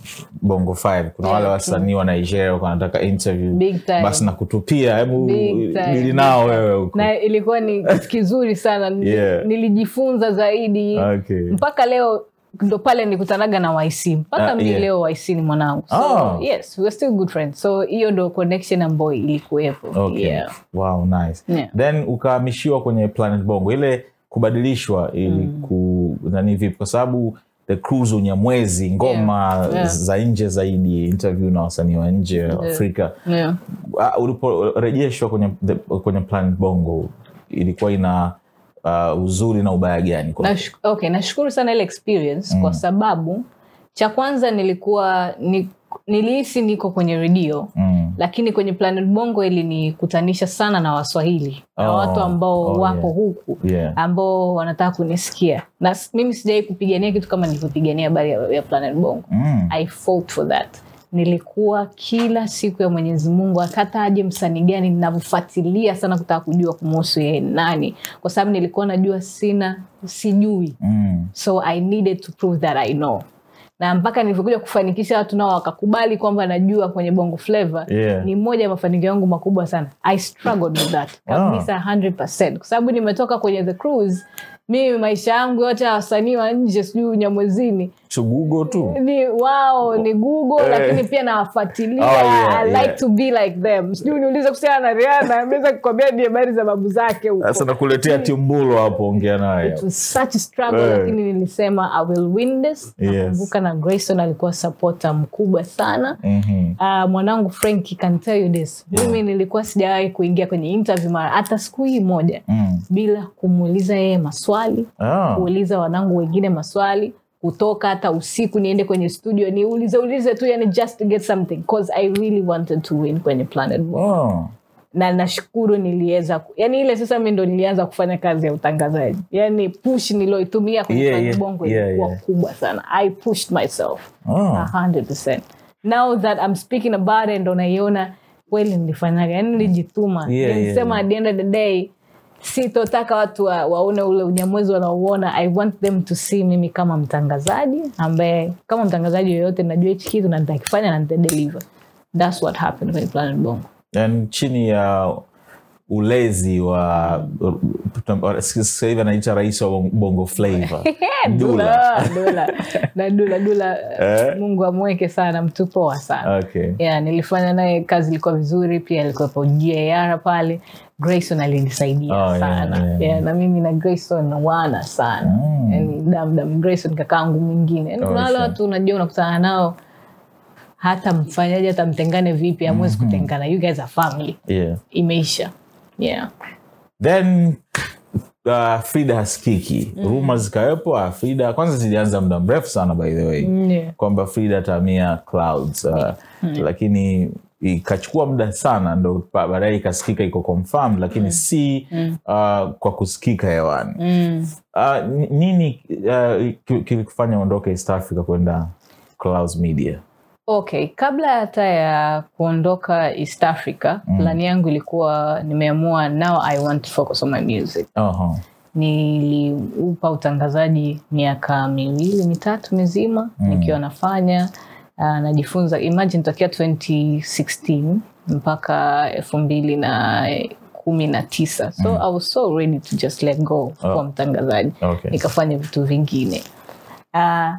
[SPEAKER 1] bongo 5 kuna
[SPEAKER 2] Yeah,
[SPEAKER 1] wale wasanii wa nigeria walikuwa wanataka interview
[SPEAKER 2] Big time.
[SPEAKER 1] basi nakutupia hebu
[SPEAKER 2] Big time,
[SPEAKER 1] dili
[SPEAKER 2] big
[SPEAKER 1] nao wewe huko
[SPEAKER 2] na ilikuwa ni kitu kizuri sana Nili-
[SPEAKER 1] Yeah.
[SPEAKER 2] nilijifunza zaidi
[SPEAKER 1] Okay.
[SPEAKER 2] mpaka leo ndo pale nilikutanaga na yc mpaka
[SPEAKER 1] Ah,
[SPEAKER 2] mi
[SPEAKER 1] yeah.
[SPEAKER 2] leo yc ni mwanangu so
[SPEAKER 1] Oh.
[SPEAKER 2] yes we were still good friends so hiyo ndo connection ambayo ilikuwepo
[SPEAKER 1] okay.
[SPEAKER 2] yeah.
[SPEAKER 1] wow nice
[SPEAKER 2] Yeah.
[SPEAKER 1] then ukahamishiwa kwenye planet bongo ile kubadilishwa ili
[SPEAKER 2] Mm.
[SPEAKER 1] ku nani vipi kwa sababu the cruise unyamwezi ngoma
[SPEAKER 2] Yeah.
[SPEAKER 1] za nje zaidi interview na wasanii wa nje afrika
[SPEAKER 2] Yeah.
[SPEAKER 1] Ah, uliporejeshwa kwenye, the- kwenye planet bongo ilikuwa ina uh, uzuri na ubaya gani kwa
[SPEAKER 2] Nash, okay nashukuru sana ile experience
[SPEAKER 1] Mm.
[SPEAKER 2] kwa sababu cha kwanza nilikuwa ni, nilihisi niko kwenye redio
[SPEAKER 1] mm.
[SPEAKER 2] lakini kwenye planet bongo ilinikutanisha sana na waswahili na
[SPEAKER 1] Oh,
[SPEAKER 2] watu ambao
[SPEAKER 1] oh,
[SPEAKER 2] wako
[SPEAKER 1] yeah.
[SPEAKER 2] huku
[SPEAKER 1] yeah.
[SPEAKER 2] ambao wanataka kunisikia na s- mimi sijawai kupigania kitu kama nilivyopigania habari ya, ya planet bongo
[SPEAKER 1] mm.
[SPEAKER 2] i fought for that nilikuwa kila siku ya mwenyezi mungu hata aje msanii gani ninamfuatilia sana kutaka kujua kumuhusu yeye ni nani kwa sababu nilikuwa najua sina sijui
[SPEAKER 1] Mm.
[SPEAKER 2] so i needed to prove that i know na mpaka nilivyokuja kufanikisha watu nao wakakubali kwamba najua kwenye bongo flavor
[SPEAKER 1] Yeah.
[SPEAKER 2] ni moja ya mafanikio yangu makubwa sana i struggled with that
[SPEAKER 1] Ah.
[SPEAKER 2] kabisa 100 kwa sababu nimetoka kwenye the cruise mimi maisha yangu yote ya wasanii wa nje sijui nyamwezini
[SPEAKER 1] chugugo tu
[SPEAKER 2] ni wao ni google
[SPEAKER 1] Eh.
[SPEAKER 2] lakini pia nawafuatilia
[SPEAKER 1] Oh, yeah,
[SPEAKER 2] i like
[SPEAKER 1] yeah.
[SPEAKER 2] to be like them sijui niulize kuhusiana na riana naweza kukwambia ni habari za babu zake huko
[SPEAKER 1] sasa nakuletea timbulo hapo ongea naye
[SPEAKER 2] It was such a struggle
[SPEAKER 1] Eh.
[SPEAKER 2] lakini nilisema i will win this
[SPEAKER 1] Yes.
[SPEAKER 2] nakumbuka na grayson alikuwa sapota mkubwa sana
[SPEAKER 1] Mhm.
[SPEAKER 2] Uh, mwanangu frank can tell you this mimi nilikuwa sijawahi kuingia kwenye interview mara hata siku hii moja
[SPEAKER 1] Mm.
[SPEAKER 2] bila kumuuliza yeye maswali
[SPEAKER 1] Ah.
[SPEAKER 2] kuuliza wanangu wengine maswali kutoka hata usiku niende kwenye studio niulize ulize tu yani just to get something cause i really wanted to win kwenye planet Vogue.
[SPEAKER 1] Wow.
[SPEAKER 2] na nashukuru niliweza ku- yani ile sasa mi ndo nilianza kufanya kazi ya utangazaji yani push niliyoitumia kwenye
[SPEAKER 1] Yeah,
[SPEAKER 2] yeah,
[SPEAKER 1] yeah,
[SPEAKER 2] bongo
[SPEAKER 1] yeah,
[SPEAKER 2] ilikuwa
[SPEAKER 1] yeah.
[SPEAKER 2] kubwa sana i pushed myself
[SPEAKER 1] Oh.
[SPEAKER 2] Ah. 100%. now that i'm speaking about it ndo naiona kweli nilifanyaga yani nilijituma
[SPEAKER 1] Yeah, yeah,
[SPEAKER 2] nilisema at the end of the day sitotaka watu wa, waone ule unyamwezi wanaouona i want them to see mimi kama mtangazaji ambaye kama mtangazaji yoyote najua hichi kitu na nitakifanya na nitadeliver thats what happened kwenye planet bongo
[SPEAKER 1] yani chini ya ulezi wa sasa hivi anaita rais wa bongo flava Dula.
[SPEAKER 2] Dula,
[SPEAKER 1] [laughs]
[SPEAKER 2] Dula. na dula dula
[SPEAKER 1] Eh?
[SPEAKER 2] mungu amweke sana mtupoa sana
[SPEAKER 1] okay.
[SPEAKER 2] yeah, nilifanya naye kazi ilikuwa vizuri pia alikuwepo gar pale grayson alinisaidia
[SPEAKER 1] Oh, yeah,
[SPEAKER 2] sana
[SPEAKER 1] yeah, yeah.
[SPEAKER 2] na mimi na grayson wana sana
[SPEAKER 1] Mm.
[SPEAKER 2] yani damdam grayson kakaangu mwingine yani
[SPEAKER 1] Oh,
[SPEAKER 2] kuna wale
[SPEAKER 1] sure.
[SPEAKER 2] watu unajua unakutana nao hata mfanyaji hata mtengane vipi hamwezi
[SPEAKER 1] Mm-hmm.
[SPEAKER 2] kutengana you guys are family
[SPEAKER 1] yeah.
[SPEAKER 2] imeisha yeah.
[SPEAKER 1] then uh, frida hasikiki mm. ruma zikawepo ah, frida kwanza zilianza muda mrefu sana by the way
[SPEAKER 2] Yeah.
[SPEAKER 1] kwamba frida atahamia clouds uh, lakini ikachukua muda sana ndo ba- baadaye ikasikika iko confirmed lakini si uh, kwa kusikika hewani
[SPEAKER 2] Mm.
[SPEAKER 1] Ah, ni- nini uh, ki- kilikufanya uondoke east africa kwenda clouds media
[SPEAKER 2] okay kabla hata ya kuondoka east africa mm. plani yangu ilikuwa nimeamua now i want to focus on my music
[SPEAKER 1] Aha.
[SPEAKER 2] niliupa utangazaji miaka miwili mitatu mizima mm. nikiwa nafanya uh, najifunza imagine tokea 2016 mpaka elfu mbili na kumi na tisa so mm. i was so ready to just let go oh. kuwa mtangazaji
[SPEAKER 1] Okay.
[SPEAKER 2] nikafanya vitu vingine uh,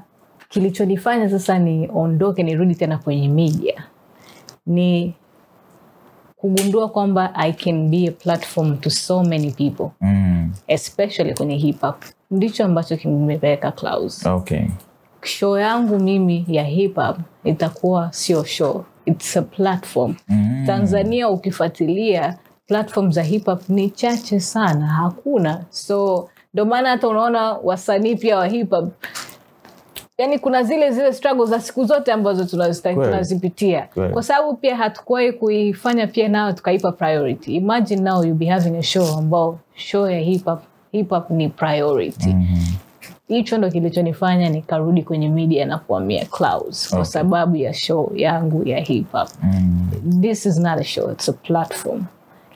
[SPEAKER 2] kilichonifanya sasa niondoke nirudi tena kwenye media ni kugundua kwamba i can be a platform to so many people
[SPEAKER 1] Mm,
[SPEAKER 2] especially kwenye hip hop ndicho ambacho kimepeleka Clouds.
[SPEAKER 1] okay.
[SPEAKER 2] Show yangu mimi ya hip hop itakuwa sio show, it's a platform.
[SPEAKER 1] Mm.
[SPEAKER 2] Tanzania ukifuatilia platform za hip hop ni chache sana, hakuna. So ndio maana hata unaona wasanii pia wa hip hop yani kuna zile zile struggle za siku zote ambazo tunazista-
[SPEAKER 1] Kweli.
[SPEAKER 2] tunazipitia
[SPEAKER 1] Kweli.
[SPEAKER 2] kwa sababu pia hatukuwahi kuifanya pia nao tukaipa priority imagine now you be having a show ambao show ya hip hop hip hop ni priority hicho ndo kilichonifanya nikarudi kwenye media na kuhamia clouds kwa
[SPEAKER 1] Okay.
[SPEAKER 2] sababu ya show yangu ya hip hop
[SPEAKER 1] Mm.
[SPEAKER 2] this is not a show it's a platform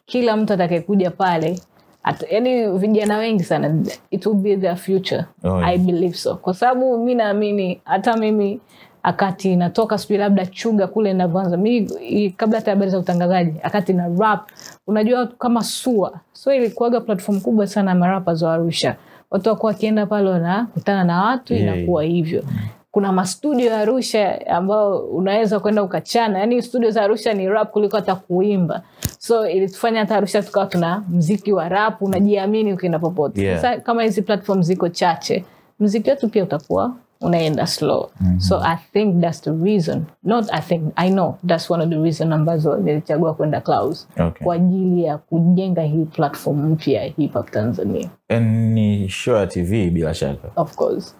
[SPEAKER 2] kila mtu atakayekuja pale at, yani vijana wengi sana it will be their future
[SPEAKER 1] Oh, yeah.
[SPEAKER 2] i believe so kwa sababu mi naamini hata mimi akati natoka sijui labda chuga kule navyoanza mi i- kabla hata habari za utangazaji akati na rap unajua kama sua so ilikuaga platform kubwa sana ya marapas wa arusha watu wakuwa wakienda pale wanakutana na watu
[SPEAKER 1] Yeah,
[SPEAKER 2] inakuwa hivyo kuna mastudio ya arusha ambao unaweza kwenda ukachana yani studio za arusha ni rap kuliko hata kuimba so ilitufanya hata arusha tukawa tuna mziki wa rap unajiamini ukienda popote
[SPEAKER 1] Yeah.
[SPEAKER 2] sasa kama hizi platform ziko chache mziki wetu pia utakuwa unaenda slow
[SPEAKER 1] Mhm.
[SPEAKER 2] mm-hmm. so i think thats the reason not i think i know thats one of the reason ambazo nilichagua kwenda clouds
[SPEAKER 1] Okay.
[SPEAKER 2] kwa ajili ya kujenga hii platform mpya ya hip hop tanzania
[SPEAKER 1] And ni show ya tv bila shaka
[SPEAKER 2] of course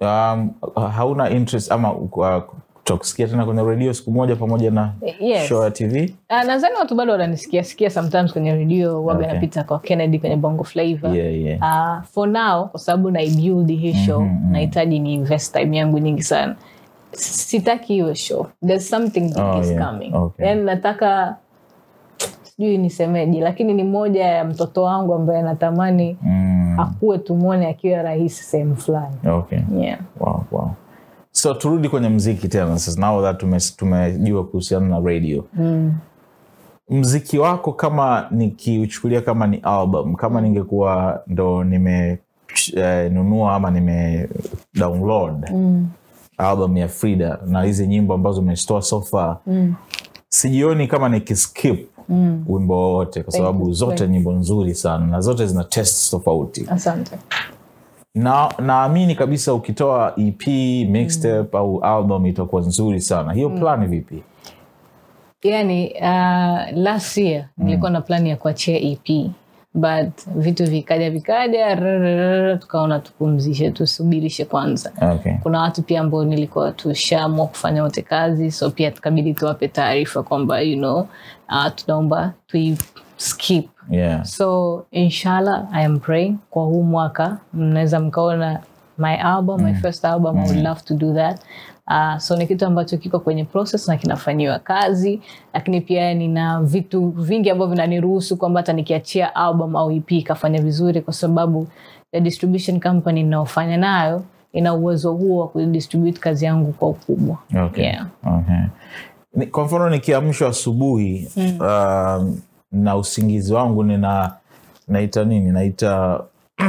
[SPEAKER 1] um, hauna interest ama uh, tutakusikia tena kwenye redio siku moja pamoja na
[SPEAKER 2] Eh, Yes.
[SPEAKER 1] show ya tv
[SPEAKER 2] Ah, nadhani watu bado wananisikia sikia sometimes kwenye redio waga
[SPEAKER 1] Okay.
[SPEAKER 2] napita kwa kennedy kwenye bongo flavor
[SPEAKER 1] yeah, yeah.
[SPEAKER 2] Ah, for now kwa sababu naibuild hii show
[SPEAKER 1] Mm-hmm,
[SPEAKER 2] nahitaji ni invest time yangu nyingi sana sitaki iwe show there's something big
[SPEAKER 1] Oh,
[SPEAKER 2] is
[SPEAKER 1] yeah.
[SPEAKER 2] coming
[SPEAKER 1] Okay.
[SPEAKER 2] yani nataka sijui nisemeje lakini ni moja ya mtoto wangu ambaye natamani
[SPEAKER 1] Mm.
[SPEAKER 2] akuwe tumwone akiwa rahisi sehemu fulani
[SPEAKER 1] okay.
[SPEAKER 2] yeah.
[SPEAKER 1] wow, wow. so turudi kwenye mziki tena sasa now that tume- tumejua kuhusiana na radio
[SPEAKER 2] mm.
[SPEAKER 1] mziki wako kama nikiuchukulia kama ni album kama
[SPEAKER 2] Hmm.
[SPEAKER 1] ningekuwa ndo nime eh, nunua ama nime download
[SPEAKER 2] Mm.
[SPEAKER 1] album ya frida na hizi nyimbo ambazo umezitoa so far
[SPEAKER 2] Mm.
[SPEAKER 1] sijioni kama nikiskip
[SPEAKER 2] Mm.
[SPEAKER 1] wimbo wowote kwa
[SPEAKER 2] Thank
[SPEAKER 1] sababu
[SPEAKER 2] you.
[SPEAKER 1] zote
[SPEAKER 2] Thank
[SPEAKER 1] nyimbo nzuri sana na zote zina tests tofauti
[SPEAKER 2] asante
[SPEAKER 1] na naamini kabisa ukitoa ep mixtape au album itakuwa nzuri sana hiyo plani vipi
[SPEAKER 2] yani uh, last year nilikuwa na plani ya kuachia ep but vitu vikaja vikaja rrrr, tukaona tupumzishe tusubirishe kwanza
[SPEAKER 1] okay.
[SPEAKER 2] kuna watu pia ambao nilikuwa tushaamua kufanya wote kazi so pia tukabidi tuwape taarifa kwamba you know uh, tunaomba tui skip
[SPEAKER 1] yeah.
[SPEAKER 2] so inshallah i am praying kwa huu mwaka mnaweza mkaona my album mm. my first album mm. i would love to do that uh, so ni kitu ambacho kiko kwenye process na kinafanyiwa kazi lakini pia nina vitu vingi ambavyo vinaniruhusu kwamba hata nikiachia album au ep ikafanya vizuri kwa sababu the distribution company ninaofanya nayo ina uwezo huo wa kudistribute kazi yangu kwa ukubwa
[SPEAKER 1] Okay.
[SPEAKER 2] Yeah.
[SPEAKER 1] Okay. Ni- kwa mfano nikiamshwa asubuhi mm. uh, na usingizi wangu nina naita nini naita [clears throat]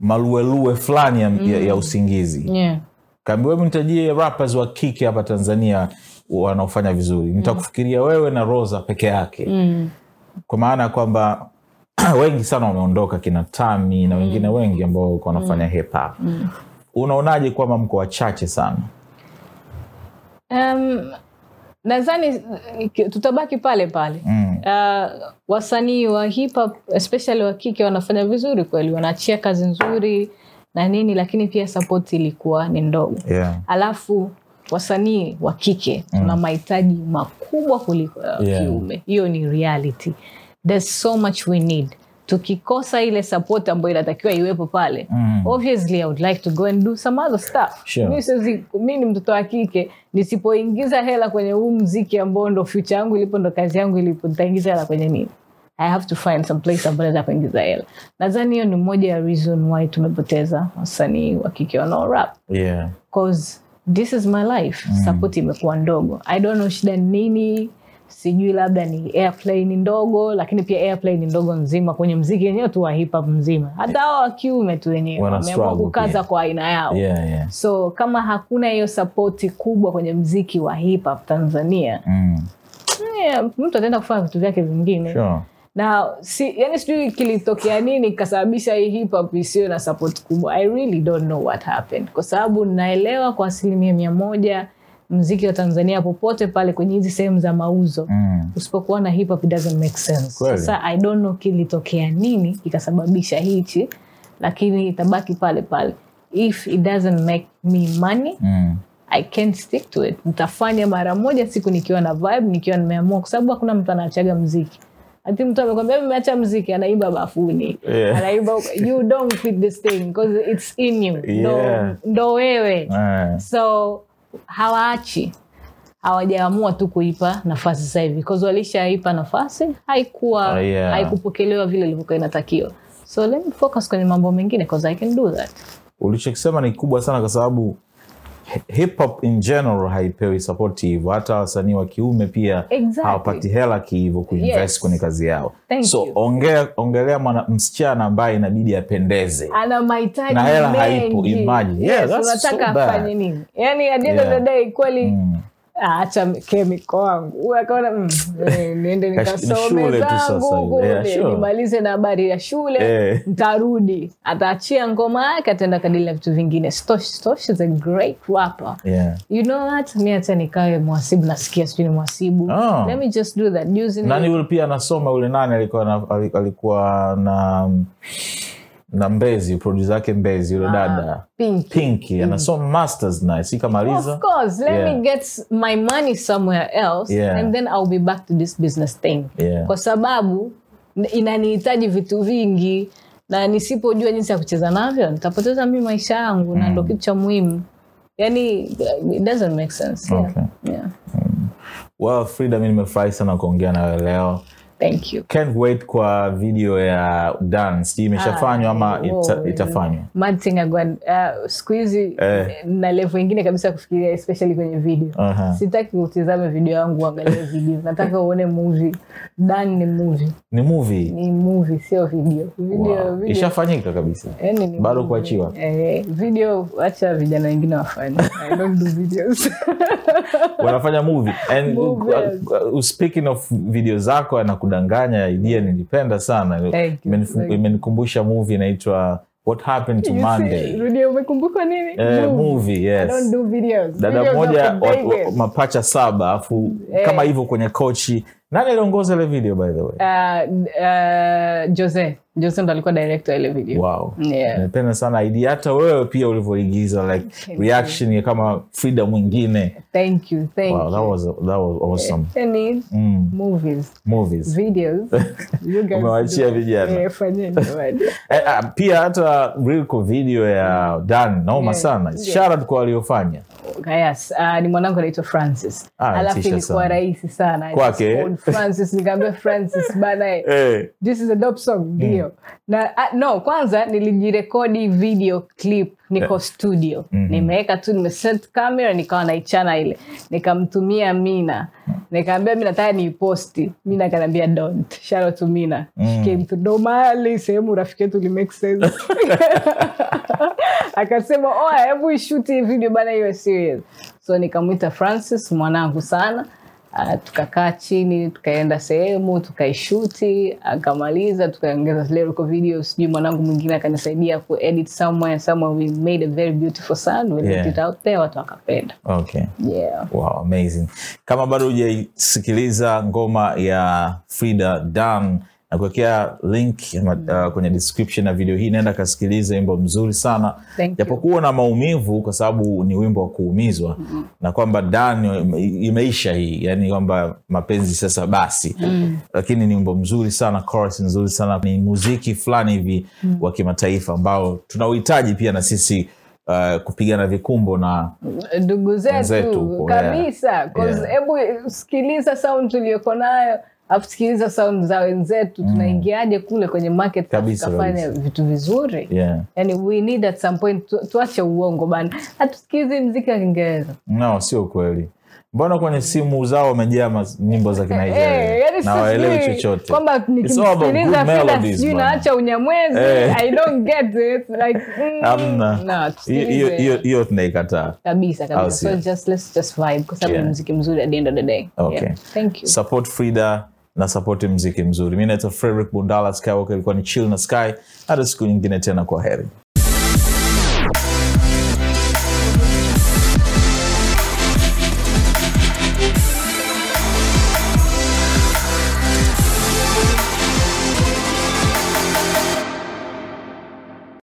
[SPEAKER 1] maluelue fulani ya, ya, ya usingizi
[SPEAKER 2] Yeah.
[SPEAKER 1] kaambiwa hebu nitajie rappers wa kike hapa tanzania wanaofanya vizuri nitakufikiria wewe na rosa peke yake
[SPEAKER 2] Mm.
[SPEAKER 1] kwa maana ya kwamba [clears throat] wengi sana wameondoka kina tami na wengine wengi ambao walikuwa wanafanya hip hop unaonaje kwamba mko wachache sana
[SPEAKER 2] Um, nadhani eh, tutabaki pale pale
[SPEAKER 1] mm.
[SPEAKER 2] uh, wasanii wa hip hop especially wa kike wanafanya vizuri kweli wanaachia kazi nzuri na nini lakini pia support ilikuwa ni ndogo
[SPEAKER 1] yeah. Mm.
[SPEAKER 2] alafu wasanii wa kike tuna mahitaji makubwa kuliko ya
[SPEAKER 1] Yeah.
[SPEAKER 2] kiume hiyo ni reality There's so much we need tukikosa ile support ambayo inatakiwa iwepo pale
[SPEAKER 1] Mm.
[SPEAKER 2] obviously i would like to go and do some other stuff
[SPEAKER 1] Sure.
[SPEAKER 2] Mi siwezi- mi ni mtoto wa kike nisipoingiza hela kwenye huu mziki ambao ndo future yangu ilipo ndo kazi yangu ilipo nitaingiza hela kwenye nini i have to find some place ambayo naweza kuingiza hela nadhani hiyo ni moja ya reason why tumepoteza wasanii wa kike wanaorap
[SPEAKER 1] Yeah.
[SPEAKER 2] cause this is my life mm. support imekuwa ndogo i don't know shida ni nini sijui labda ni airplay ni ndogo lakini pia airplay ni ndogo nzima kwenye mziki wenyewe tu wa hip hop mzima hata hao wa kiume tu wenyewe
[SPEAKER 1] Wana
[SPEAKER 2] wameamua
[SPEAKER 1] struggle
[SPEAKER 2] kukaza
[SPEAKER 1] pia.
[SPEAKER 2] kwa aina yao
[SPEAKER 1] Yeah, yeah.
[SPEAKER 2] so kama hakuna hiyo sapoti kubwa kwenye mziki wa hip hop tanzania
[SPEAKER 1] Mm.
[SPEAKER 2] eh, mtu ataenda kufanya vitu vyake vingine
[SPEAKER 1] Sure.
[SPEAKER 2] na si, yani sijui kilitokea nini ikasababisha hii hip hop isiyo na support kubwa i really don't know what happened kwa sababu naelewa kwa asilimia mia moja mziki wa tanzania popote pale kwenye hizi sehemu za mauzo
[SPEAKER 1] Mm.
[SPEAKER 2] usipokuwa na hip hop it doesn't make sense
[SPEAKER 1] Kweli.
[SPEAKER 2] sasa i don't know kilitokea nini ikasababisha hichi lakini itabaki pale pale if it doesn't make me money
[SPEAKER 1] Mm.
[SPEAKER 2] i can't stick to it nitafanya mara moja siku nikiwa na vibe nikiwa nimeamua kwa sababu hakuna mtu anaachaga mziki ati mtu amekwambia nimeacha mziki anaimba bafuni
[SPEAKER 1] Yeah.
[SPEAKER 2] anaimba you don't quit this thing because it's in you
[SPEAKER 1] Yeah.
[SPEAKER 2] ndo, ndo wewe
[SPEAKER 1] Eh.
[SPEAKER 2] so hawaachi hawajaamua tu kuipa nafasi sasa hivi because walishaipa nafasi haikuwa
[SPEAKER 1] Ah, yeah.
[SPEAKER 2] haikupokelewa vile ilivyokuwa inatakiwa so let me focus kwenye mambo mengine because i can do that
[SPEAKER 1] ulichokisema ni kikubwa sana kwa sababu hi- hip hop in general haipewi sapoti hivyo hata wasanii wa kiume pia
[SPEAKER 2] Exactly.
[SPEAKER 1] hawapati hela kihivyo kuinvest
[SPEAKER 2] Yes.
[SPEAKER 1] kwenye kazi yao
[SPEAKER 2] Thank
[SPEAKER 1] so
[SPEAKER 2] you.
[SPEAKER 1] ongea, ongelea mwana, msichana ambaye inabidi apendeze
[SPEAKER 2] ana mahitaji
[SPEAKER 1] Na hela haipo,
[SPEAKER 2] mengi.
[SPEAKER 1] imagine. Yeah,
[SPEAKER 2] Yes,
[SPEAKER 1] that's
[SPEAKER 2] unataka
[SPEAKER 1] so bad.
[SPEAKER 2] afanye nini yani at the end of the
[SPEAKER 1] Yeah.
[SPEAKER 2] day kweli
[SPEAKER 1] Mm.
[SPEAKER 2] ah, acha kemiko wangu Huyu akaona mm,
[SPEAKER 1] [laughs]
[SPEAKER 2] eh, niende
[SPEAKER 1] Kash- ni shule
[SPEAKER 2] nikasome
[SPEAKER 1] tu sasa
[SPEAKER 2] zangu
[SPEAKER 1] hivi. Yeah,
[SPEAKER 2] kule,
[SPEAKER 1] sure.
[SPEAKER 2] nimalize na habari ya shule
[SPEAKER 1] Eh.
[SPEAKER 2] ntarudi ataachia ngoma yake ataenda kadili na vitu vingine Stosh- Stosh is a great rapper
[SPEAKER 1] Yeah.
[SPEAKER 2] you know what mi hata nikawe mwasibu nasikia sijui ni mwasibu
[SPEAKER 1] Oh.
[SPEAKER 2] let me just do that Juzi
[SPEAKER 1] nani yule pia anasoma yule nani alikuwa na, ali- alikuwa na na mbezi produsa yake mbezi
[SPEAKER 2] Ah.
[SPEAKER 1] yule dada
[SPEAKER 2] Pinky.
[SPEAKER 1] pinki anasoma masters na sikamaliza
[SPEAKER 2] Mm. Of course, let
[SPEAKER 1] Yeah.
[SPEAKER 2] me get my money somewhere else
[SPEAKER 1] Yeah.
[SPEAKER 2] and then I'll be back to this business thing.
[SPEAKER 1] Yeah.
[SPEAKER 2] Kwa sababu n- inanihitaji vitu vingi na nisipojua jinsi ya kucheza navyo nitapoteza mimi maisha yangu na
[SPEAKER 1] Mm.
[SPEAKER 2] ndo kitu cha muhimu. Yani it doesn't make sense. Yeah.
[SPEAKER 1] Okay.
[SPEAKER 2] Yeah.
[SPEAKER 1] well frida mi nimefurahi sana kuongea nawe leo
[SPEAKER 2] Thank you.
[SPEAKER 1] can't wait kwa video ya dance sijui imeshafanywa ama
[SPEAKER 2] Ah,
[SPEAKER 1] ita,
[SPEAKER 2] wow.
[SPEAKER 1] itafanywa
[SPEAKER 2] Mad thing agwan uh, siku hizi
[SPEAKER 1] Eh. Ah.
[SPEAKER 2] na level ingine kabisa ya kufikiria especially kwenye video.
[SPEAKER 1] Aha.
[SPEAKER 2] Sitaki utizame video yangu uangalie video. Nataka uone movie. Dan ni movie.
[SPEAKER 1] ni movie
[SPEAKER 2] ni movie sio video video,
[SPEAKER 1] wow.
[SPEAKER 2] video.
[SPEAKER 1] ishafanyika kabisa
[SPEAKER 2] Yani ni
[SPEAKER 1] Bado
[SPEAKER 2] movie.
[SPEAKER 1] kuachiwa?
[SPEAKER 2] eh, video acha vijana
[SPEAKER 1] [laughs]
[SPEAKER 2] wengine wafanye I don't do videos. [laughs]
[SPEAKER 1] wanafanya movie and
[SPEAKER 2] Movie, yes.
[SPEAKER 1] uh, uh, speaking of video zako anakudanganya idea nilipenda sana
[SPEAKER 2] Thank you.
[SPEAKER 1] Imenifu-
[SPEAKER 2] Thank you.
[SPEAKER 1] imenikumbusha movie inaitwa what happened to
[SPEAKER 2] You see,
[SPEAKER 1] monday
[SPEAKER 2] Rudia, umekumbuka nini
[SPEAKER 1] eh,
[SPEAKER 2] Move.
[SPEAKER 1] movie
[SPEAKER 2] I don't
[SPEAKER 1] yes
[SPEAKER 2] do videos.
[SPEAKER 1] dada
[SPEAKER 2] Videos
[SPEAKER 1] mmoja
[SPEAKER 2] are for
[SPEAKER 1] wa- wa-
[SPEAKER 2] Vegas.
[SPEAKER 1] mapacha saba afu
[SPEAKER 2] Eh.
[SPEAKER 1] kama hivyo kwenye kochi nani aliongoza ile video by the way
[SPEAKER 2] Uh, uh, jose jose ndo alikuwa director wa ile video
[SPEAKER 1] wow
[SPEAKER 2] Yeah.
[SPEAKER 1] napenda sana idea hata wewe pia ulivyoigiza like
[SPEAKER 2] Thank you.
[SPEAKER 1] reaction ya kama frida mwingine
[SPEAKER 2] thank you thank
[SPEAKER 1] wow, that
[SPEAKER 2] you
[SPEAKER 1] was, that was awesome
[SPEAKER 2] Any
[SPEAKER 1] mm,
[SPEAKER 2] movies
[SPEAKER 1] movies
[SPEAKER 2] videos
[SPEAKER 1] [laughs]
[SPEAKER 2] you guys
[SPEAKER 1] Umewaachia
[SPEAKER 2] do.
[SPEAKER 1] vijana.
[SPEAKER 2] Eh, fanyeni jamani.
[SPEAKER 1] eh, ah, pia hata rilko video ya dan naoma
[SPEAKER 2] Yeah.
[SPEAKER 1] sana
[SPEAKER 2] Yeah.
[SPEAKER 1] shout out kwa waliofanya
[SPEAKER 2] yes uh, ni mwanangu anaitwa francis
[SPEAKER 1] Ah,
[SPEAKER 2] alafu
[SPEAKER 1] tisha
[SPEAKER 2] ilikuwa
[SPEAKER 1] sana.
[SPEAKER 2] rahisi sana I
[SPEAKER 1] Kwake,
[SPEAKER 2] just
[SPEAKER 1] eh?
[SPEAKER 2] called francis nikaambia francis bana
[SPEAKER 1] eh,
[SPEAKER 2] this is a dope song ndio na ah, no kwanza nilijirekodi video clip niko studio nimeweka tu nimeset camera nikawa naichana ile nikamtumia mina nikaambia mi nataka niiposti mina kanaambia don't shout out to mina she came to normally sehemu rafiki yetu limake sense [laughs] akasema oh hebu ishuti hii video bana iwe serious so nikamwita francis mwanangu sana Ah, tukakaa chini tukaenda sehemu tukaishuti akamaliza tukaongeza zile record video sijui mwanangu mwingine akanisaidia kuedit somewhere somewhere we made a very beautiful sound we
[SPEAKER 1] Yeah.
[SPEAKER 2] let it out there watu wakapenda
[SPEAKER 1] okay
[SPEAKER 2] yeah
[SPEAKER 1] wow, amazing kama bado hujaisikiliza ngoma ya frida dan na kuwekea link ama,
[SPEAKER 2] Mm.
[SPEAKER 1] uh, kwenye description ya video hii naenda kasikiliza wimbo mzuri sana
[SPEAKER 2] Thank you.
[SPEAKER 1] japokuwa na maumivu kwa sababu ni wimbo wa kuumizwa
[SPEAKER 2] Mm-hmm.
[SPEAKER 1] na kwamba dan imeisha hii yani kwamba mapenzi sasa basi
[SPEAKER 2] Mm.
[SPEAKER 1] lakini ni wimbo mzuri sana chorus nzuri sana ni muziki fulani hivi
[SPEAKER 2] Mm.
[SPEAKER 1] wa kimataifa ambao tunauhitaji pia na sisi uh, kupigana vikumbo na
[SPEAKER 2] ndugu
[SPEAKER 1] Wenzetu
[SPEAKER 2] zetu
[SPEAKER 1] huko,
[SPEAKER 2] kabisa 'Cause hebu sikiliza sound tuliyoko nayo afu sikiliza sound za wenzetu tunaingiaje kule kwenye market
[SPEAKER 1] Mm. Kabisa,
[SPEAKER 2] tukafanya vitu vizuri
[SPEAKER 1] yeah.
[SPEAKER 2] yani we need at some point tu, tuache uongo bana hatusikilizi mziki wa kiingereza
[SPEAKER 1] no sio kweli mbona kwenye simu zao wamejaa mas- nyimbo za
[SPEAKER 2] Eh,
[SPEAKER 1] kinigeria
[SPEAKER 2] yani
[SPEAKER 1] na waelewi
[SPEAKER 2] sijui
[SPEAKER 1] chochote
[SPEAKER 2] kwamba
[SPEAKER 1] It's all about
[SPEAKER 2] nikimsikiliza
[SPEAKER 1] good
[SPEAKER 2] fila
[SPEAKER 1] melodies,
[SPEAKER 2] sijui
[SPEAKER 1] bana.
[SPEAKER 2] naacha unyamwezi
[SPEAKER 1] Eh.
[SPEAKER 2] i don't get it like mm,
[SPEAKER 1] Hamna.
[SPEAKER 2] no,
[SPEAKER 1] Hiyo- hiyo-
[SPEAKER 2] tusikilize.
[SPEAKER 1] hiyo- hiyo tunaikataa
[SPEAKER 2] kabisa
[SPEAKER 1] Au
[SPEAKER 2] kabisa
[SPEAKER 1] sio?
[SPEAKER 2] so just, let's just vibe kwa sababu
[SPEAKER 1] Yeah.
[SPEAKER 2] ni mziki mzuri at the end of the day
[SPEAKER 1] Okay.
[SPEAKER 2] yeah. thank you
[SPEAKER 1] support frida na sapoti mziki mzuri mi naitwa frederick bundala skywalker ilikuwa ni chill na sky hata siku nyingine tena kwa heri